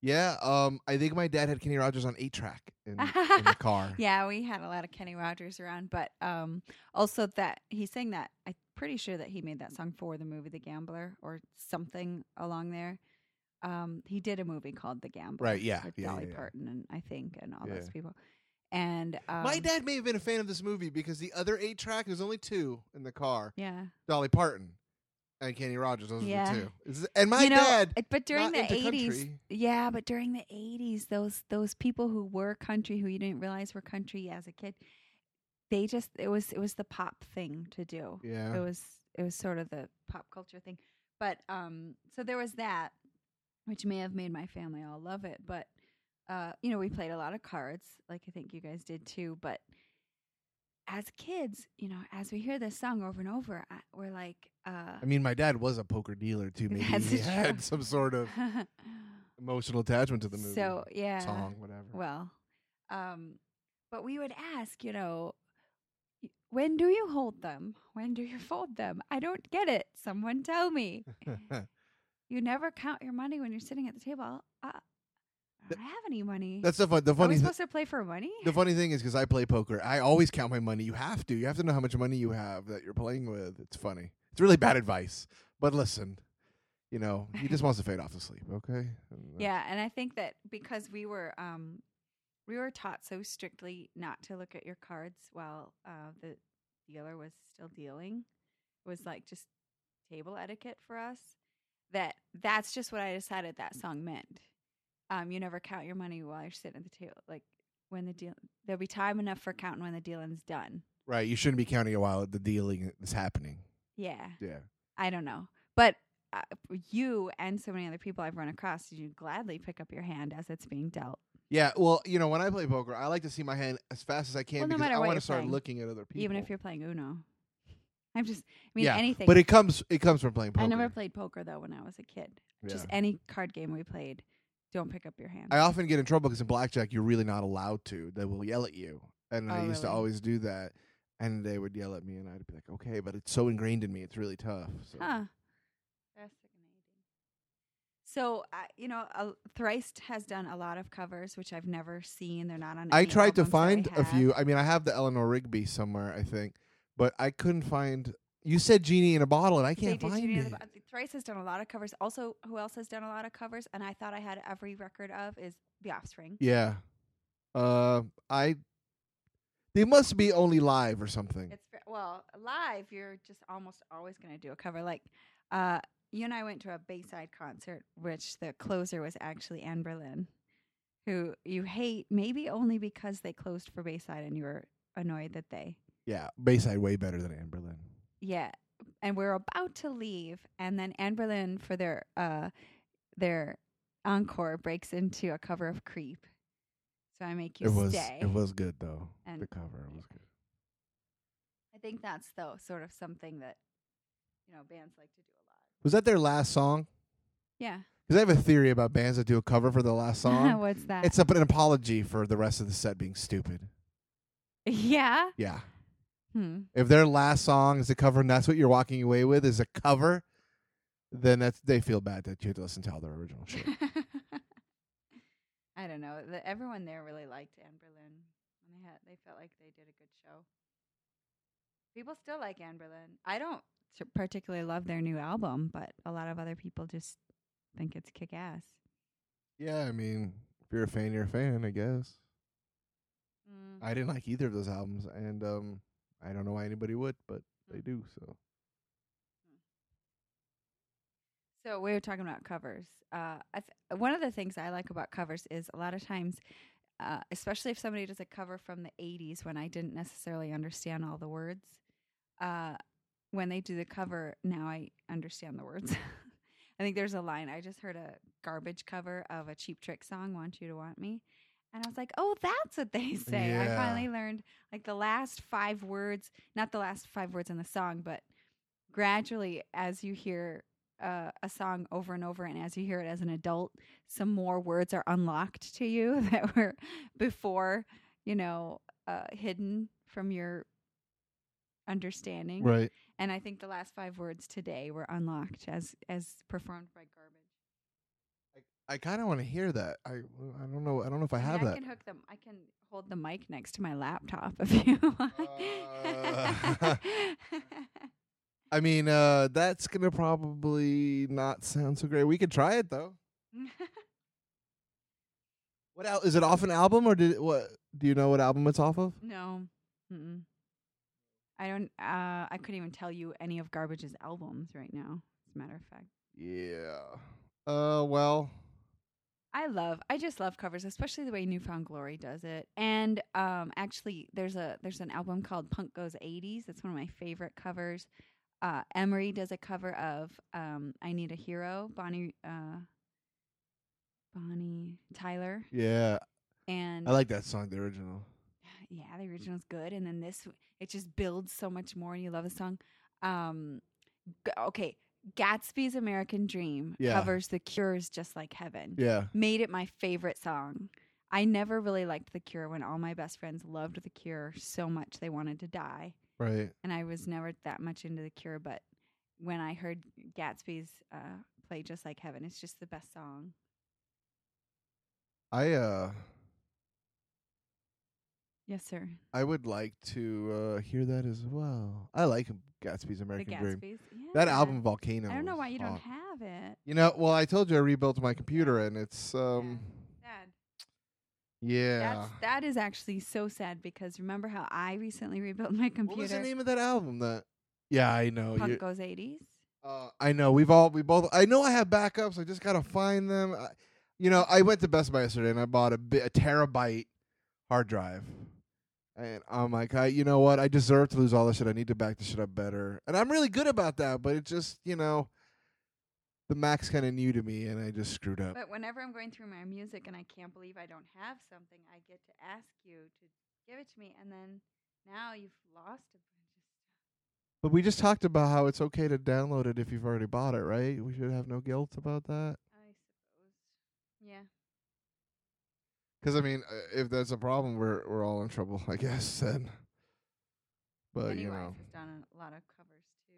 S4: Yeah, um, I think my dad had Kenny Rogers on eight track in, in the car.
S2: Yeah, we had a lot of Kenny Rogers around, but um, also that he sang that. I'm pretty sure that he made that song for the movie The Gambler or something along there. Um, he did a movie called The Gambler,
S4: Right, yeah,
S2: with
S4: yeah,
S2: Dolly
S4: yeah, yeah.
S2: Parton and I think and all those
S4: Yeah.
S2: people. And um,
S4: My dad may have been a fan of this movie because the other eight track, there's only two in the car.
S2: yeah,
S4: Dolly Parton. and Kenny Rogers. Those
S2: Yeah.
S4: were the two. Is- And my
S2: you know,
S4: dad.
S2: it- but during
S4: not
S2: the
S4: into
S2: eighties,
S4: country.
S2: yeah, but during the eighties, those those people who were country, who you didn't realize were country as a kid, they just it was it was the pop thing to do.
S4: Yeah.
S2: It was it was sort of the pop culture thing, but um, so there was that, which may have made my family all love it. But uh, you know, we played a lot of cards, like I think you guys did too. But as kids, you know, as we hear this song over and over, I, we're like, uh,
S4: I mean, my dad was a poker dealer too. Maybe
S2: That's
S4: he
S2: true.
S4: had some sort of emotional attachment to the movie.
S2: so yeah,
S4: song, whatever.
S2: Well, um, but we would ask, you know, y- when do you hold them? When do you fold them? I don't get it. Someone tell me. you never count your money when you're sitting at the table. Uh, I
S4: Th-
S2: don't have any money.
S4: That's the fun. The
S2: Are we
S4: funny. Th-
S2: supposed to play for money?
S4: the funny thing is, because I play poker, I always count my money. You have to. You have to know how much money you have that you're playing with. It's funny. It's really bad advice. But listen, you know, he just wants to fade off to sleep. Okay. And, uh,
S2: Yeah, and I think that because we were um we were taught so strictly not to look at your cards while uh the dealer was still dealing. It was like just table etiquette for us. That that's just what I decided that song meant. Um you never count your money while you're sitting at the table like when the deal there'll be time enough for counting when the dealing's done.
S4: Right. You shouldn't be counting it while the dealing is happening.
S2: Yeah.
S4: Yeah.
S2: I don't know. But uh, you and so many other people I've run across, you gladly pick up your hand as it's being dealt.
S4: Yeah. Well, you know, when I play poker, I like to see my hand as fast as I can
S2: Well, no
S4: because
S2: matter
S4: I
S2: what
S4: want
S2: you're
S4: to start
S2: playing,
S4: looking at other people.
S2: even if you're playing Uno. I'm just, I mean,
S4: Yeah,
S2: anything.
S4: But it comes. It comes from playing poker.
S2: I never played poker though when I was a kid. Just
S4: Yeah.
S2: any card game we played, don't pick up your hand.
S4: I often get in trouble because in blackjack you're really not allowed to. They will yell at you, and I
S2: Oh,
S4: used to
S2: really?
S4: always do that. And they would yell at me, and I'd be like, "Okay," but it's so ingrained in me, it's really tough. So.
S2: huh. Fascinating. So, I you know, uh, Thrice has done a lot of covers, which I've never seen. They're not on.
S4: I
S2: any
S4: tried to
S2: albums that I
S4: find a few.
S2: have.
S4: I mean, I have the Eleanor Rigby somewhere, I think, but I couldn't find. You said genie in a bottle, and I
S2: They
S4: can't
S2: did
S4: find
S2: Judy and
S4: it.
S2: the Bo- uh, Thrice has done a lot of covers. Also, who else has done a lot of covers? And I thought I had every record of is The Offspring.
S4: yeah, uh, I. They must be only live or something.
S2: It's ve- well live. You're just almost always going to do a cover. Like uh, you and I went to a Bayside concert, which the closer was actually Anne Berlin, who you hate maybe only because they closed for Bayside and you were annoyed that they
S4: yeah, Bayside way better than Anne Berlin.
S2: yeah. And we're about to leave, and then Anne Berlin for their uh, their encore breaks into a cover of Creep. So I make you
S4: it was
S2: stay.
S4: it was good though.
S2: And-
S4: the cover was good.
S2: I think that's though sort of something that you know bands like to do a lot.
S4: Was that their last song?
S2: Yeah.
S4: Because I have a theory about bands that do a cover for the last song.
S2: What's that?
S4: it's a, an apology for the rest of the set being stupid.
S2: yeah.
S4: Yeah.
S2: Hmm.
S4: If their last song is a cover and that's what you're walking away with is a cover, then that's they feel bad that you had to listen to all their original shit.
S2: I don't know. The, everyone there really liked Anne Berlin. And they had they felt like they did a good show. People still like Anne Berlin. I don't t- particularly love their new album, but a lot of other people just think it's kick ass.
S4: yeah, I mean, if you're a fan, you're a fan, I guess. I didn't like either of those albums, and um, I don't know why anybody would, but they do. So
S2: So we were talking about covers. Uh, I th- one of the things I like about covers is a lot of times, uh, especially if somebody does a cover from the '80s when I didn't necessarily understand all the words. Uh, when they do the cover, now I understand the words. I think there's a line. I just heard a garbage cover of a Cheap Trick song, "Want You to Want Me," and I was like, "Oh, that's what they say." I
S4: Yeah.
S2: finally learned like the last five words, not the last five words in the song, but gradually as you hear uh, a song over and over, and as you hear it as an adult, some more words are unlocked to you that were before, you know, uh, hidden from your understanding.
S4: right,
S2: And I think the last five words today were unlocked as as performed by garbage.
S4: I kind of want to hear that. I I don't know. I don't know if I
S2: mean,
S4: have
S2: I
S4: that.
S2: can hook them. I can hold the mic next to my laptop if you want.
S4: Uh, I mean, uh, that's gonna probably not sound so great. We could try it though. What al- is it off an album or did it, what? Do you know what album it's off of?
S2: no. Mm-mm. I don't. Uh, I couldn't even tell you any of Garbage's albums right now. As a matter of fact,
S4: Yeah. Uh, well,
S2: I love. I just love covers, especially the way Newfound Glory does it. And um, actually, there's a there's an album called Punk Goes '80s. That's one of my favorite covers. Uh, Emery does a cover of um, "I Need a Hero." Bonnie, uh, Bonnie Tyler,
S4: yeah.
S2: and
S4: I like that song, the original.
S2: yeah, the original's good, and then this it just builds so much more, and you love the song. Um, g- okay, Gatsby's American Dream
S4: Yeah.
S2: covers The Cure's "Just Like Heaven."
S4: Yeah.
S2: Made it my favorite song. I never really liked The Cure when all my best friends loved The Cure so much they wanted to die,
S4: Right.
S2: and I was never that much into The Cure. But when I heard Gatsby's uh, play "Just Like Heaven," it's just the best song.
S4: I uh,
S2: Yes, sir.
S4: I would like to uh hear that as well. I like Gatsby's American
S2: the
S4: Dream.
S2: Gatsby's. Yeah.
S4: That album, Volcano.
S2: I don't know
S4: was
S2: why you don't
S4: hot.
S2: have it.
S4: You know, well, I told you I rebuilt my computer, and it's um,
S2: Sad.
S4: yeah.
S2: That's, that is actually so sad because remember how I recently rebuilt my
S4: What was the
S2: computer?
S4: name of that album? That yeah, I know.
S2: Punk
S4: you-
S2: Goes 80s.
S4: Uh, I know we've all we both. I know I have backups. I just gotta find them. I, you know, I went to Best Buy yesterday and I bought a, bi- a terabyte hard drive, and I'm like, I, you know what? I deserve to lose all this shit. I need to back this shit up better, and I'm really good about that. But it just, you know, the Mac's kind of new to me, and I just screwed up.
S2: But whenever I'm going through my music and I can't believe I don't have something, I get to ask you to give it to me. And then now you've lost a bunch of stuff.
S4: But we just talked about how it's okay to download it if you've already bought it, right? We should have no guilt about that.
S2: I suppose. Yeah.
S4: Because I mean, uh, if that's a problem, we're we're all in trouble, I guess. Then, but
S2: Pennywise
S4: you know,
S2: has done a lot of covers too.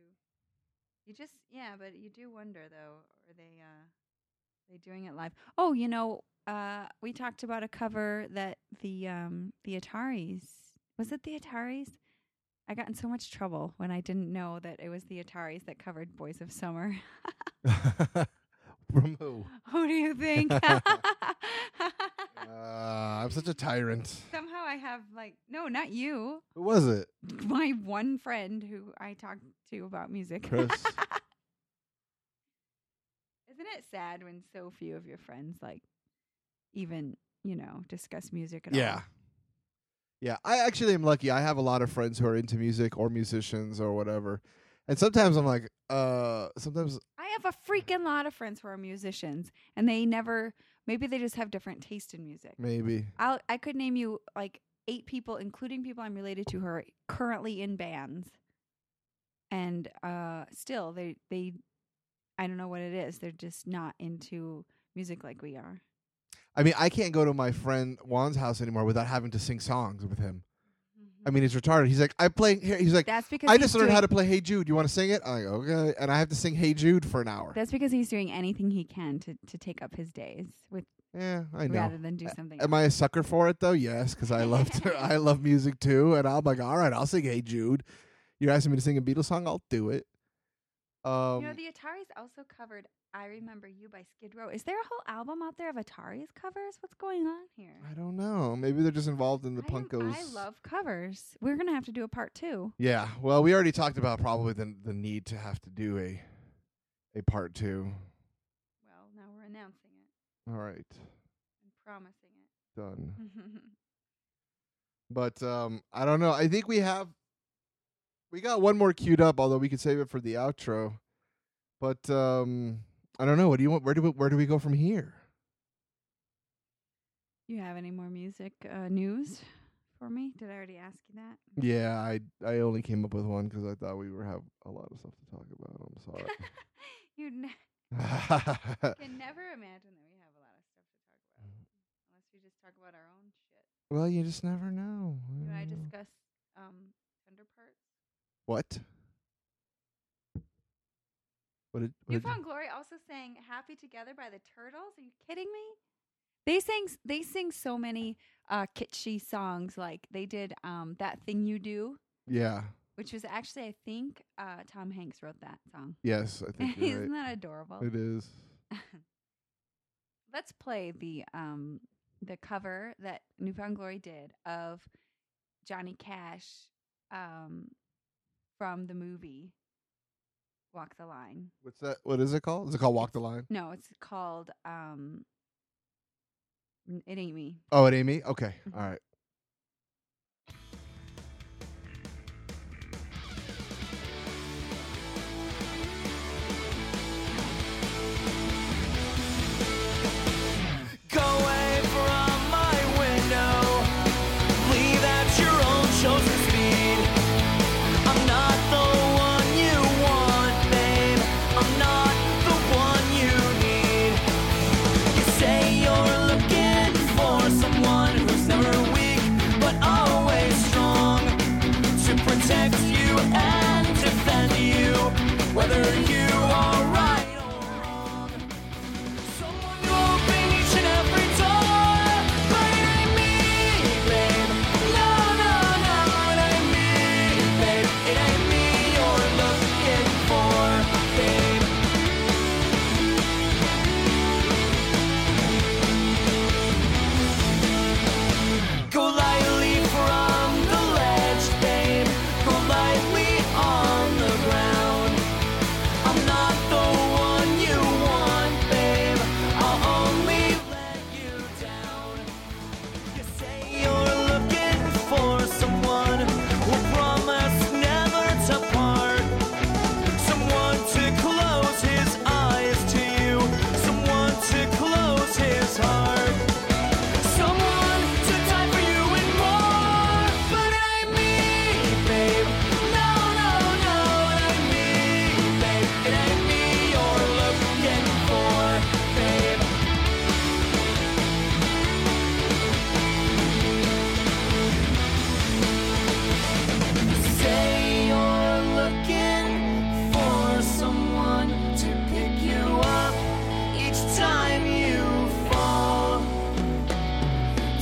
S2: You just yeah, but you do wonder though, are they uh are they doing it live? Oh, you know, uh we talked about a cover that the um the Ataris was it the Ataris? I got in so much trouble when I didn't know that it was the Ataris that covered Boys of Summer.
S4: from who?
S2: Who do you think?
S4: Uh, I'm such a tyrant.
S2: Somehow I have like no, not you.
S4: Who was it?
S2: My one friend who I talked to about music.
S4: Chris.
S2: Isn't it sad when so few of your friends like even, you know, discuss music at
S4: yeah.
S2: all?
S4: Yeah, I actually am lucky. I have a lot of friends who are into music or musicians or whatever. And sometimes I'm like, uh, sometimes
S2: I have a freaking lot of friends who are musicians and they never maybe they just have different taste in music.
S4: maybe.
S2: I'll I could name you like eight people, including people I'm related to who are currently in bands. And uh still they they I don't know what it is. They're just not into music like we are.
S4: I mean, I can't go to my friend Juan's house anymore without having to sing songs with him.
S2: Mm-hmm.
S4: I mean, it's retarded. He's like, I play. here- He's like,
S2: That's because
S4: I
S2: he's
S4: just learned how
S2: doing-
S4: to play Hey Jude. You want to sing it? I'm like, okay. And I have to sing Hey Jude for an hour.
S2: That's because he's doing anything he can to, to take up his days with
S4: Yeah, I know.
S2: rather than do something.
S4: Am I a sucker for it though? Yes, because I love to, I love music too, and I'm like, all right, I'll sing Hey Jude. You're asking me to sing a Beatles song, I'll do it. Um,
S2: you know, the Ataris also covered "I Remember You" by Skid Row. Is there a whole album out there of Ataris covers? What's going on here?
S4: I don't know. Maybe they're just involved in the
S2: I am-
S4: Punkos.
S2: I love covers. We're gonna have to do a part two.
S4: Yeah, well, we already talked about probably the the need to have to do a a part two.
S2: Well, now we're announcing it
S4: All right,
S2: and promising it.
S4: done.
S2: Mm. I
S4: But um, I don't know. I think we have we got one more queued up, although we could save it for the outro. But um, I don't know. What do you want? Where do we, where do we go from here?
S2: you have any more music uh, news for me? Did I already ask you that?
S4: Yeah, I I only came up with one 'cause I thought we were have a lot of stuff to talk about. I'm
S2: You ne-
S4: sorry.
S2: can never imagine that we have a lot of stuff to talk about unless we just talk about our own shit.
S4: well, you just never know.
S2: Can I
S4: don't know.
S2: discuss um, tender parts?
S4: what? What did, what did you-
S2: Newfound Glory also sang "Happy Together" by the Turtles. Are you kidding me? They sang s- they sing so many uh, kitschy songs. Like they did um, that thing you do,
S4: Yeah.
S2: which was actually I think uh, Tom Hanks wrote that song.
S4: Yes, I think you're
S2: Isn't
S4: right.
S2: that adorable?
S4: It is.
S2: Let's play the um, the cover that Newfound Glory did of Johnny Cash. Um, from the movie Walk the Line.
S4: What's that? What is it called? Is it called Walk the Line?
S2: No, it's called um N- It Ain't Me.
S4: Oh, it ain't me. Okay,
S2: Mm-hmm.
S4: all right.
S1: Go away from my window. Leave at your own chosen speed. I'm not the one you want, babe. I'm not the one you need. You say you're looking for someone who's never weak, but always strong. To protect you and defend you, whether you are right or wrong. Someone to open each and every door, but it ain't me, babe. No, no, no, it ain't me, babe. It ain't me you're looking for, babe. Go lightly from the ledge, babe. Go lightly on the ground. I'm not the one you want, babe. I'll only let you down. You say you're looking for someone who promised never to part. Someone to close his eyes to you. Someone to close his heart. Someone to die for you and more. But it ain't me, babe. No, no, no, it ain't me, babe. It ain't me you're looking for, babe. Say you're looking for someone to pick you up each time you fall.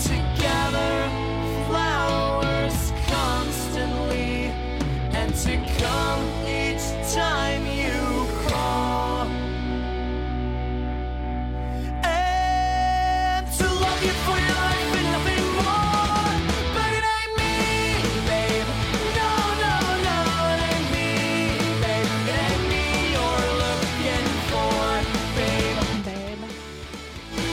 S1: Together, flowers constantly, and to come each time you call. And to love you for your life and nothing more. But it ain't me, babe. No, no, no, it ain't me, babe. It ain't me you're looking for, babe.
S2: Babe.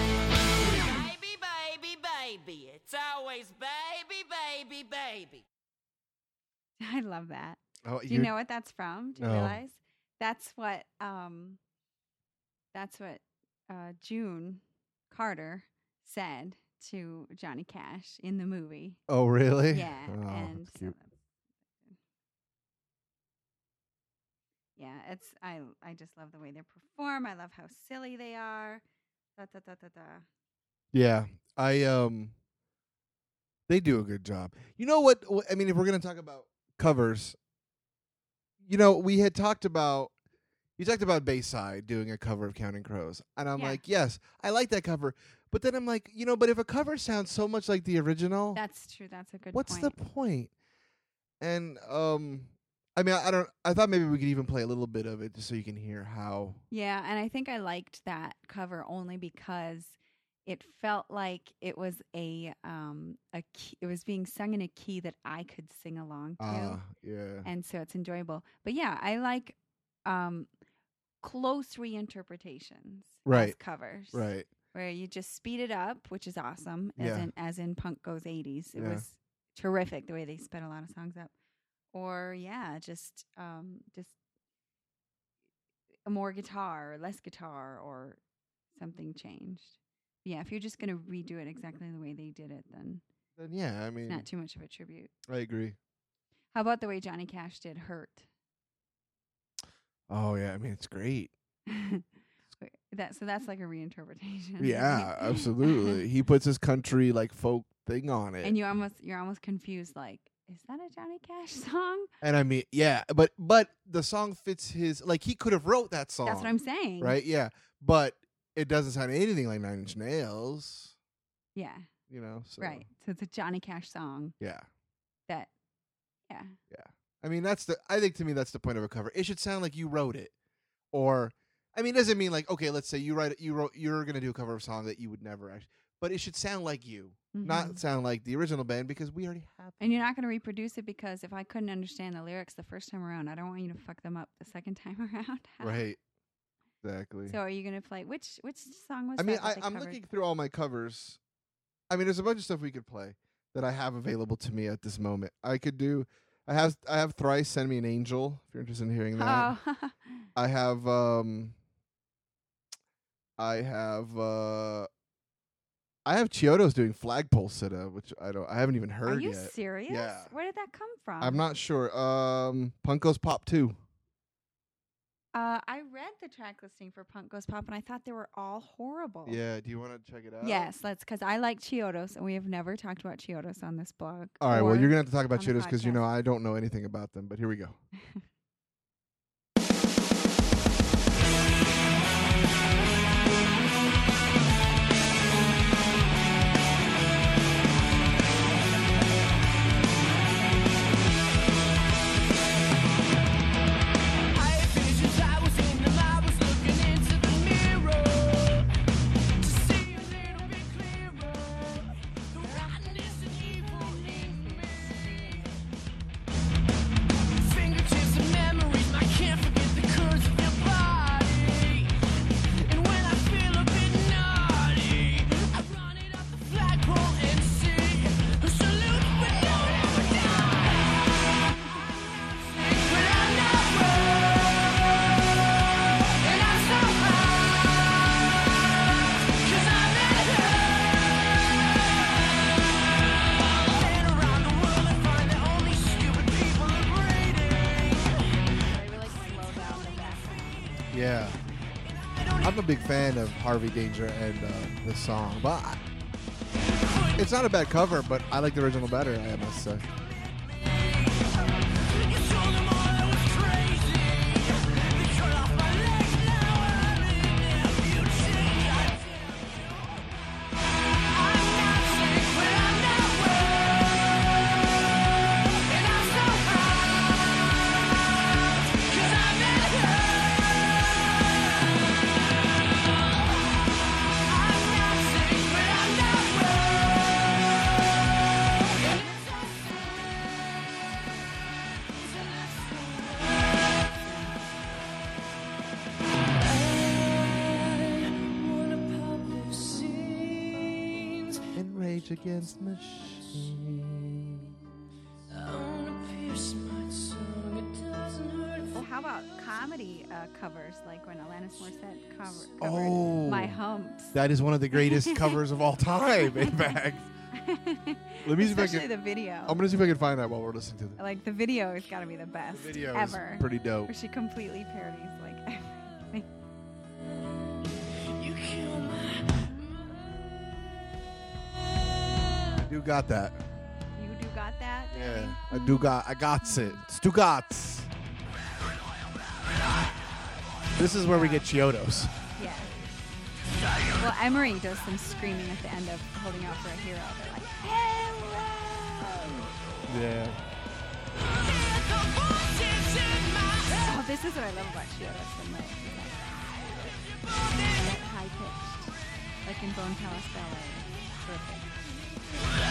S1: Baby, baby, baby. It's always baby, baby, baby.
S2: I love that.
S4: Oh,
S2: Do you, know what that's from? Do you
S4: No.
S2: realize? That's what um that's what uh June Carter said to Johnny Cash in the movie.
S4: Oh, really?
S2: Yeah.
S4: Oh,
S2: and
S4: that's
S2: so
S4: cute.
S2: that's- yeah, it's I I just love the way they perform. I love how silly they are. Da, da, da, da, da.
S4: Yeah, I um, they do a good job. You know what? wh- I mean, if we're gonna talk about covers, you know, we had talked about you talked about Bayside doing a cover of Counting Crows, and I'm
S2: Yeah.
S4: like, yes, I like that cover. But then I'm like, you know, but if a cover sounds so much like the original,
S2: That's true. That's a good
S4: Oh. what's
S2: point.
S4: the point? And um, I mean, I, I don't. I thought maybe we could even play a little bit of it just so you can hear how.
S2: Yeah, and I think I liked that cover only because it felt like it was a um a key, it was being sung in a key that I could sing along to.
S4: Ah, yeah.
S2: and so it's enjoyable. But yeah, I like um close reinterpretations as
S4: Right.
S2: covers.
S4: Right.
S2: Where you just speed it up, which is awesome. As
S4: Yeah.
S2: in as in Punk Goes 80s. It
S4: Yeah.
S2: was terrific the way they sped a lot of songs up. Or yeah, just um just more guitar or less guitar or something changed. Yeah, if you're just gonna redo it exactly the way they did it, then
S4: Then yeah, I mean,
S2: it's not too much of a tribute.
S4: I agree.
S2: How about the way Johnny Cash did Hurt?
S4: Oh yeah, I mean, it's great.
S2: Wait, that so that's like a reinterpretation. right?
S4: Yeah, absolutely. he puts his country like folk thing on it.
S2: and you almost you're almost confused. Like, is that a Johnny Cash song?
S4: And I mean, yeah, but but the song fits his like he could have wrote that song.
S2: That's what I'm saying.
S4: Right? Yeah. But it doesn't sound anything like 9 Inch Nails,
S2: Yeah.
S4: you know. So
S2: Right. So it's a Johnny Cash song
S4: yeah.
S2: that. Yeah.
S4: Yeah. I mean, that's the. I think to me, that's the point of a cover. It should sound like you wrote it, or, I mean, it doesn't mean like okay, let's say you write you wrote you're gonna do a cover of a song that you would never actually, but it should sound like you,
S2: Mhm.
S4: not sound like the original band because we already have.
S2: And you're not going to reproduce it because if I couldn't understand the lyrics the first time around, I don't want you to fuck them up the second time around.
S4: Right. Exactly.
S2: So are you going to play which which song was?
S4: I mean,
S2: that that
S4: I,
S2: they
S4: I'm
S2: covered?
S4: looking through all my covers. I mean, there's a bunch of stuff we could play that I have available to me at this moment. I could do. I have. I have thrice. Send me an angel. If you're interested in hearing that.
S2: Oh,
S4: I have. Um. I have. uh I have Chiodo's doing flagpole sitta, which I don't. I haven't even heard
S2: are you
S4: yet.
S2: serious?
S4: Yeah.
S2: Where did that come from?
S4: I'm not sure. Um, Punko's Pop Two.
S2: Uh, I read the track listing for Punk Goes Pop, and I thought they were all horrible.
S4: Yeah. Do you want to check it out?
S2: Yes, let's because I like Chiodos, and we have never talked about Chiodos on this blog.
S4: All right. Well,
S2: or-
S4: you're gonna have to talk about
S2: on the
S4: Chiodo's because you
S2: podcast.
S4: know I don't know anything about them. But here we go. Yeah. I'm a big fan of Harvey Danger and uh, the song, but I, it's not a bad cover. But I like the original better. I must say. And Rage Against Machine.
S2: Well, how about comedy uh, covers, like when Alanis Morissette cover, covered
S4: Oh.
S2: "My Humps"?
S4: That is one of the greatest covers of all time. In fact, let me see if I
S2: Especially
S4: can.
S2: the video.
S4: I'm gonna see if I can find that while we're listening to this.
S2: like the video has got to be the best
S4: The video is
S2: ever.
S4: pretty dope.
S2: where she completely parodies like everything.
S4: I do got that.
S2: You do got that?
S4: Yeah, I do got. I got it. Stu gots. This is where we get Chiodos.
S2: Yeah. Well, Emery does some screaming at the end of Holding Out for a Hero. They're like, "Hero!"
S4: Yeah.
S2: Oh, this is what I love about Chiodos the most. is That that high pitched, like in Bone Palace Ballet. Perfect.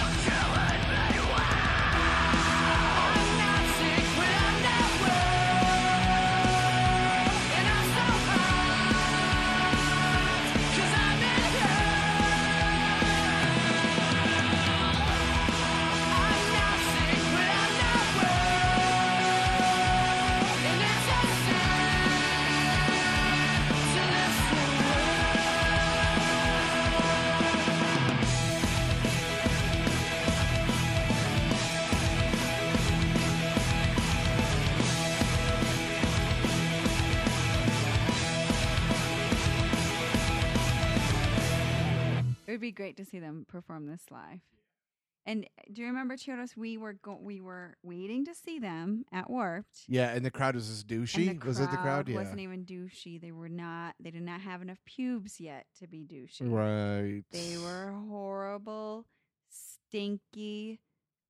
S2: It would be great to see them perform this live. And do you remember Chiodos? We were go- we were waiting to see them at Warped.
S4: Yeah, and the crowd was just
S2: and
S4: douchey. was it the crowd? Yeah.
S2: wasn't even douchey. They were not. They did not have enough pubes yet to be douchey.
S4: right.
S2: They were horrible, stinky,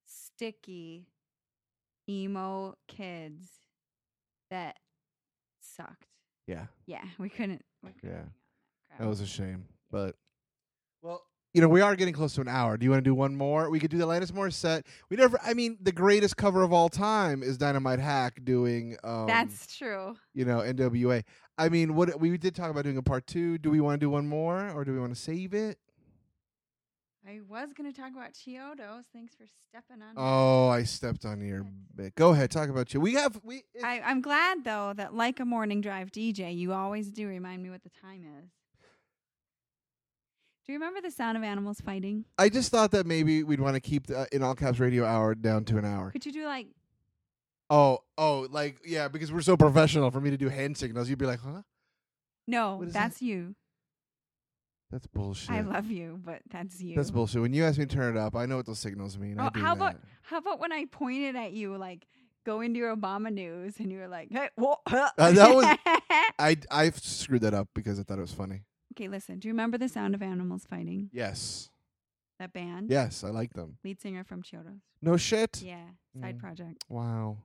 S2: sticky, emo kids that sucked.
S4: Yeah.
S2: Yeah, we couldn't. We couldn't
S4: Yeah.
S2: hang on that crowd.
S4: That was a shame, but
S1: Well,
S4: you know we are getting close to an hour. Do you want to do one more? We could do the Alanis Morissette. We never. I mean, the greatest cover of all time is Dynamite Hack doing. Um,
S2: That's true.
S4: you know NWA. I mean, what we did talk about doing a part two. Do we want to do one more, or do we want to save it?
S2: I was going to talk about Chiodos. Thanks for stepping on. me.
S4: Oh, I stepped on your bit. Go ahead, talk about you. We have we. it-
S2: I, I'm glad though that like a morning drive DJ, you always do remind me what the time is. Do you remember the sound of animals fighting?
S4: I just thought that maybe we'd want to keep the uh, in all caps radio hour down to an hour.
S2: Could you do like
S4: Oh, oh, like yeah, because we're so professional. For me to do hand signals, you'd be like, huh?
S2: no,
S4: What is that?
S2: that's you.
S4: That's bullshit.
S2: I love you, but that's you.
S4: That's bullshit. When you ask me to turn it up, I know what those signals mean. I
S2: Oh,
S4: do
S2: how about
S4: that.
S2: how about when I pointed at you like go into your Obama news and you were like, hey, whoa, huh.
S4: Uh, that was- I I screwed that up because I thought it was funny.
S2: okay, listen. Do you remember the sound of animals fighting?
S4: Yes,
S2: That band?
S4: yes, I like them.
S2: Lead singer from Chiodos.
S4: No shit.
S2: Yeah. Side
S4: Mm.
S2: project.
S4: Wow.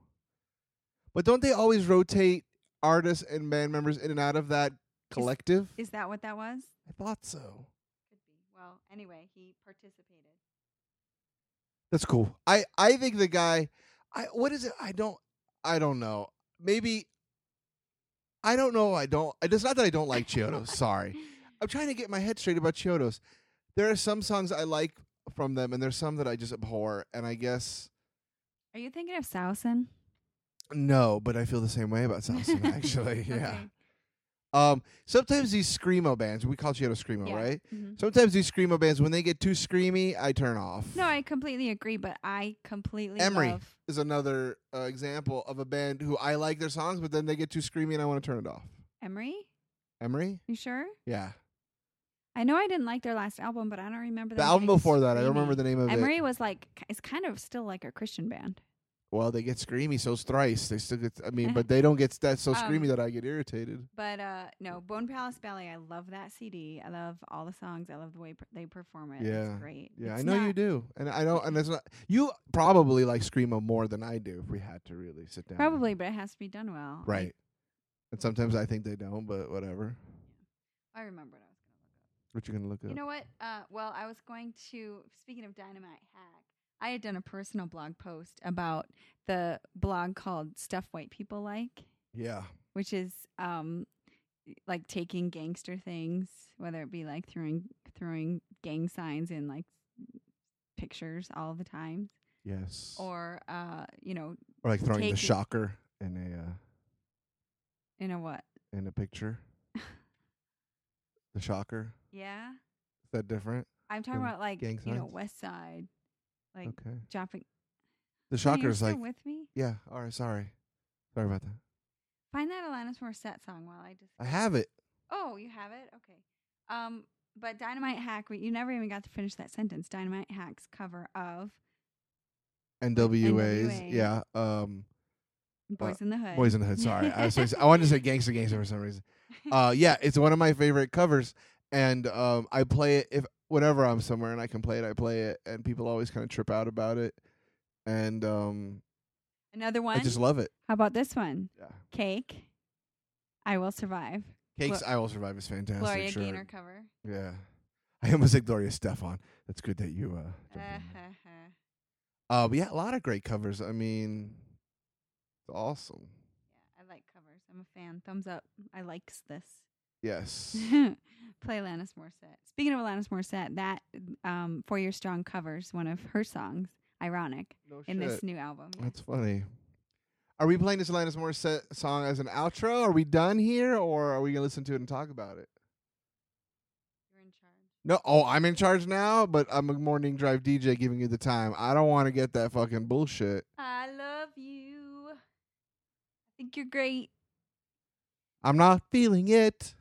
S4: But don't they always rotate artists and band members in and out of that collective?
S2: Is that what that was?
S4: I thought so.
S2: Could be. Well, anyway, he participated.
S4: That's cool. I I think the guy I what is it? I don't I don't know. Maybe I don't know. I don't it's not that I don't like Chiodos, sorry. I'm trying to get my head straight about Chiodos. There are some songs I like from them and there's some that I just abhor and I guess
S2: Are you thinking of Sousen?
S4: no, but I feel the same way about Samson actually. Yeah.
S2: Okay.
S4: Um sometimes these screamo bands, we call Chiodos screamo,
S2: Yeah.
S4: right?
S2: Mhm.
S4: Sometimes these screamo bands when they get too screamy, I turn off.
S2: No, I completely agree, but I completely
S4: Emery.
S2: love
S4: is another uh, example of a band who I like their songs, but then they get too screamy and I want to turn it off.
S2: Emery.
S4: Emery?
S2: You sure?
S4: Yeah.
S2: I know I didn't like their last album, but I don't remember
S4: The
S2: them
S4: album
S2: getting
S4: before that, I don't
S2: screamy.
S4: remember the name of
S2: Emery
S4: it.
S2: was like, it's kind of still like a Christian band.
S4: Well, they get screamy, so's thrice. They still get, I mean, but they don't get that so
S2: Uh-huh. Um,
S4: screamy that I get irritated.
S2: But uh no, Bone Palace Ballet, I love that CD. I love all the songs. I love the way per- they perform it.
S4: Yeah.
S2: It's great.
S4: Yeah, I
S2: It's
S4: know you
S2: not-
S4: do. And I don't, and it's not, you probably like screamo more than I do if we had to really sit down.
S2: Probably, but it has to be done well. I-
S4: Right. And sometimes I think they don't, but whatever.
S2: I, remember what I was going to look up.
S4: What you gonna look up?
S2: You know what? Uh well, I was going to speaking of Dynamite Hack, I had done a personal blog post about the blog called Stuff White People Like.
S4: yeah.
S2: which is um like taking gangster things, whether it be like throwing throwing gang signs in like pictures all the time,
S4: Yes. Or,
S2: or uh, you know,
S4: like throwing the
S2: taking-
S4: shocker in a, uh,
S2: in a what?
S4: in a picture. the shocker.
S2: Yeah,
S4: Is that different?
S2: I'm talking
S4: Gang-
S2: about like
S4: gang
S2: you know
S4: signs?
S2: West Side, like
S4: Okay.
S2: dropping.
S4: The
S2: Honey, you're
S4: shocker's
S2: still
S4: like,
S2: with me.
S4: yeah. All right. Sorry. Sorry about that.
S2: Find that Alanis Morissette song while I just.
S4: I have it.
S2: Oh, you have it? Okay. Um, but Dynamite Hack, we, you never even got to finish that sentence. Dynamite Hack's cover of
S4: NWA's.
S2: NWA.
S4: Yeah. Um.
S2: Boys in the Hood.
S4: Boys in the Hood. Sorry. I was. so ex- I wanted to say Gangsta Gangsta for some reason. Uh. Yeah. It's one of my favorite covers, and um, I play it if whenever I'm somewhere and I can play it, I play it, and people always kind of trip out about it, and um,
S2: Another one.
S4: I just love it.
S2: How about this one?
S4: Yeah.
S2: Cake. I will survive.
S4: Cakes.
S2: Glo-
S4: I will survive is fantastic.
S2: Gloria
S4: sure.
S2: Gaynor cover.
S4: Yeah. I almost said Gloria Stefan. That's good that you uh. jumped in there.
S2: Uh-huh.
S4: Uh, but yeah, a lot of great covers. I mean, it's awesome.
S2: Yeah, I like covers. I'm a fan. Thumbs up. I likes this.
S4: Yes.
S2: Play Alanis Morissette. Speaking of Alanis Morissette, that um, Four Year Strong covers one of her songs, Ironic,
S4: no
S2: in this new album. Yeah.
S4: That's funny. Are we playing this Alanis Morissette song as an outro? Are we done here, or are we gonna listen to it and talk about it?
S2: You're in charge.
S4: No. Oh, I'm in charge now, but I'm a morning drive DJ giving you the time. I don't want to get that fucking bullshit.
S2: I love you. I think you're great.
S4: I'm not feeling it.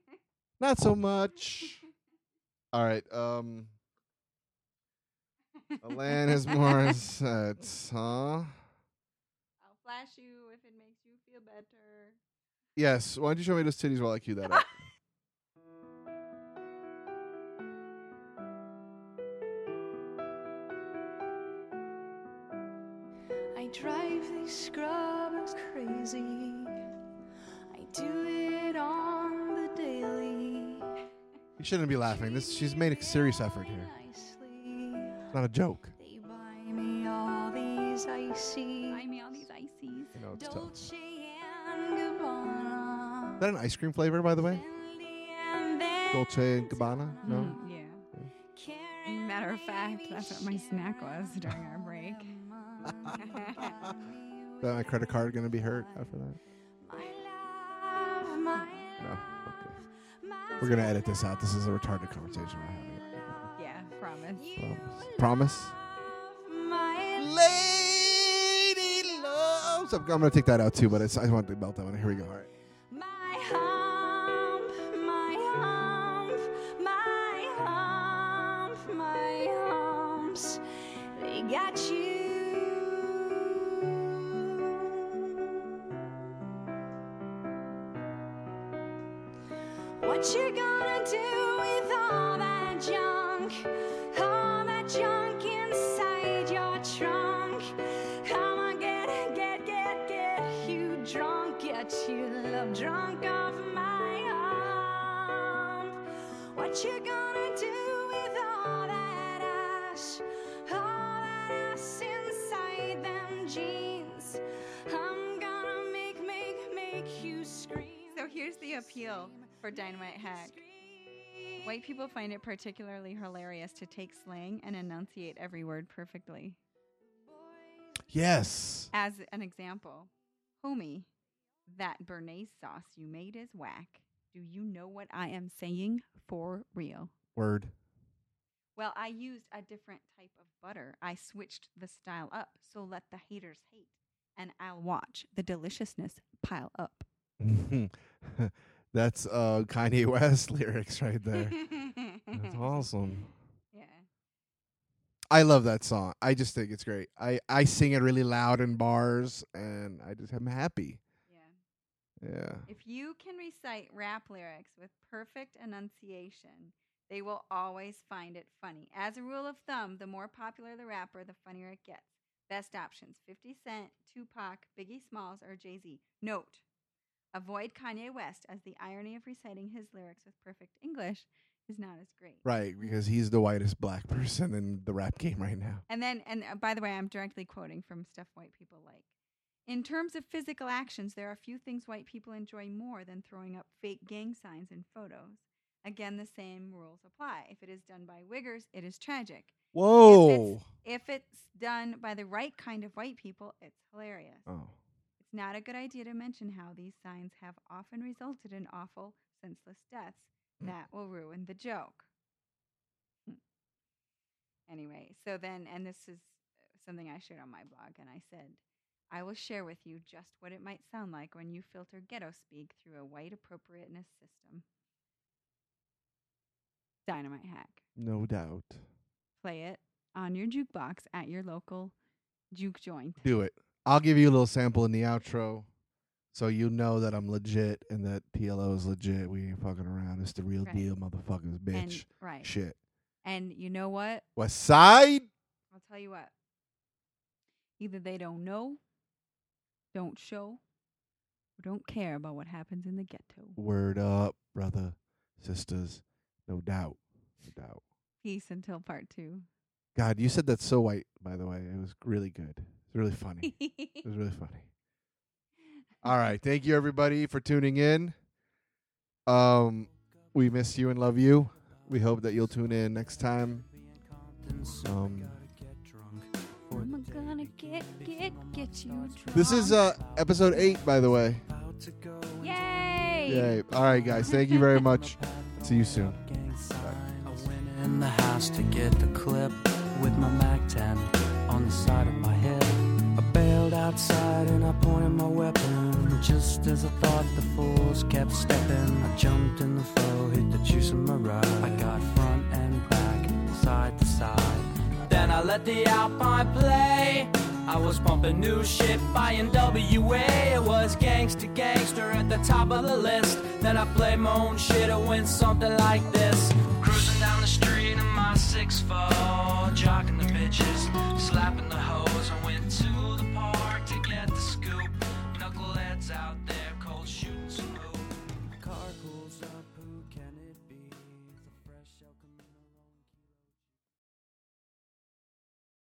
S4: Not so much. All right. Um. Alanis Morissette, huh?
S2: I'll flash you if it makes you feel better.
S4: Yes. Why don't you show me those titties while I cue that up?
S9: I drive these scrubbers crazy. I do it on the daily.
S4: You shouldn't be laughing. This she's made a serious effort here.
S9: Nicely.
S4: It's not a joke.
S9: They buy me all these icy.
S2: Buy me all these ices.
S4: You know it's tough. Is
S9: Dolce and Gabbana.
S4: that an ice cream flavor, by the way?
S9: Fendi and Van-
S4: Dolce and Gabbana? No.
S2: Mm, yeah.
S9: Karen
S2: Mm, Matter of fact,
S9: Lady
S2: that's what my snack was during our break.
S9: Shamma.
S4: Is that my credit card gonna be hurt after that?
S9: My love, my
S4: No. Okay.
S9: love,
S4: We're gonna edit this out. This is a retarded conversation we're having.
S2: Yeah, promise.
S4: Promise. Promise.
S9: my
S4: Lady loves. I'm, I'm gonna take that out too, but it's, I wanted to melt that one. Here we go. All right.
S9: My hump, my hump, my hump, my humps, they got you. What you gonna do with all that junk? All that junk inside your trunk? Come on, get, get, get, get you drunk, get you love drunk off my arm. What you gonna do with all that ash? All that ass inside them jeans? I'm gonna make, make, make you scream.
S2: So here's the appeal for Dynamite Hack. White people find it particularly hilarious to take slang and enunciate every word perfectly.
S4: Yes.
S2: As an example, homie, that Bernaise sauce you made is whack. Do you know what I am saying for real?
S4: Word.
S2: Well, I used a different type of butter. I switched the style up, so let the haters hate, and I'll watch the deliciousness pile up.
S4: That's uh, Kanye West lyrics right there. That's
S2: yeah.
S4: awesome. I love that song. I just think it's great. I, I sing it really loud in bars, and I just am happy.
S2: Yeah.
S4: Yeah.
S2: If you can recite rap lyrics with perfect enunciation, they will always find it funny. As a rule of thumb, the more popular the rapper, the funnier it gets. Best options 50 Cent, Tupac, Biggie Smalls, or Jay Z. Note Avoid Kanye West, as the irony of reciting his lyrics with perfect English is not as great.
S4: Right, because he's the whitest black person in the rap game right now.
S2: And then, and uh, by the way, I'm directly quoting from stuff white people like. In terms of physical actions, there are few things white people enjoy more than throwing up fake gang signs and photos. Again, the same rules apply. If it is done by wiggers, it is tragic.
S4: Whoa.
S2: it's- If it's done by the right kind of white people, it's hilarious.
S4: Oh.
S2: It's not a good idea to mention how these signs have often resulted in awful, senseless deaths.
S4: Hmm.
S2: That will ruin the joke. Hmm. Anyway, so then, and this is uh, something I shared on my blog, and I said, I will share with you just what it might sound like when you filter ghetto speak through a white appropriateness system. Dynamite hack.
S4: No doubt.
S2: Play it on your jukebox at your local juke joint.
S4: Do it. I'll give you a little sample in the outro so you know that I'm legit and that PLO is legit. We ain't fucking around. It's the real
S2: Right.
S4: deal, motherfuckers, bitch.
S2: And, right.
S4: Shit.
S2: And you know what?
S4: West Side?
S2: I'll tell you what. Either they don't know, don't show, or don't care about what happens in the ghetto.
S4: Word up, brother, sisters. No doubt. No doubt.
S2: Peace until part two.
S4: God, you said that so white, by the way. It was really good. It's really funny. It was really funny. All right. Thank you everybody for tuning in. Um we miss you and love you. We hope that you'll tune in next time. Um
S9: I'm gonna get, get, get you drunk.
S4: This is uh episode 8 by the way.
S2: Yay!
S4: Yay. All right guys, thank you very much. See you soon.
S8: I went in the house to get the clip with my MAC 10 on the side of my hip. I bailed outside and I pointed my weapon. Just as I thought the fools kept stepping, I jumped in the flow, hit the juice in my ride. I got front and back, side to side. Then I let the Alpine play. I was pumping new shit, buying WA. It was gangster, gangster at the top of the list. Then I played my own shit and went something like this. Cruising down the street in my 6 4 jocking the bitches, slapping the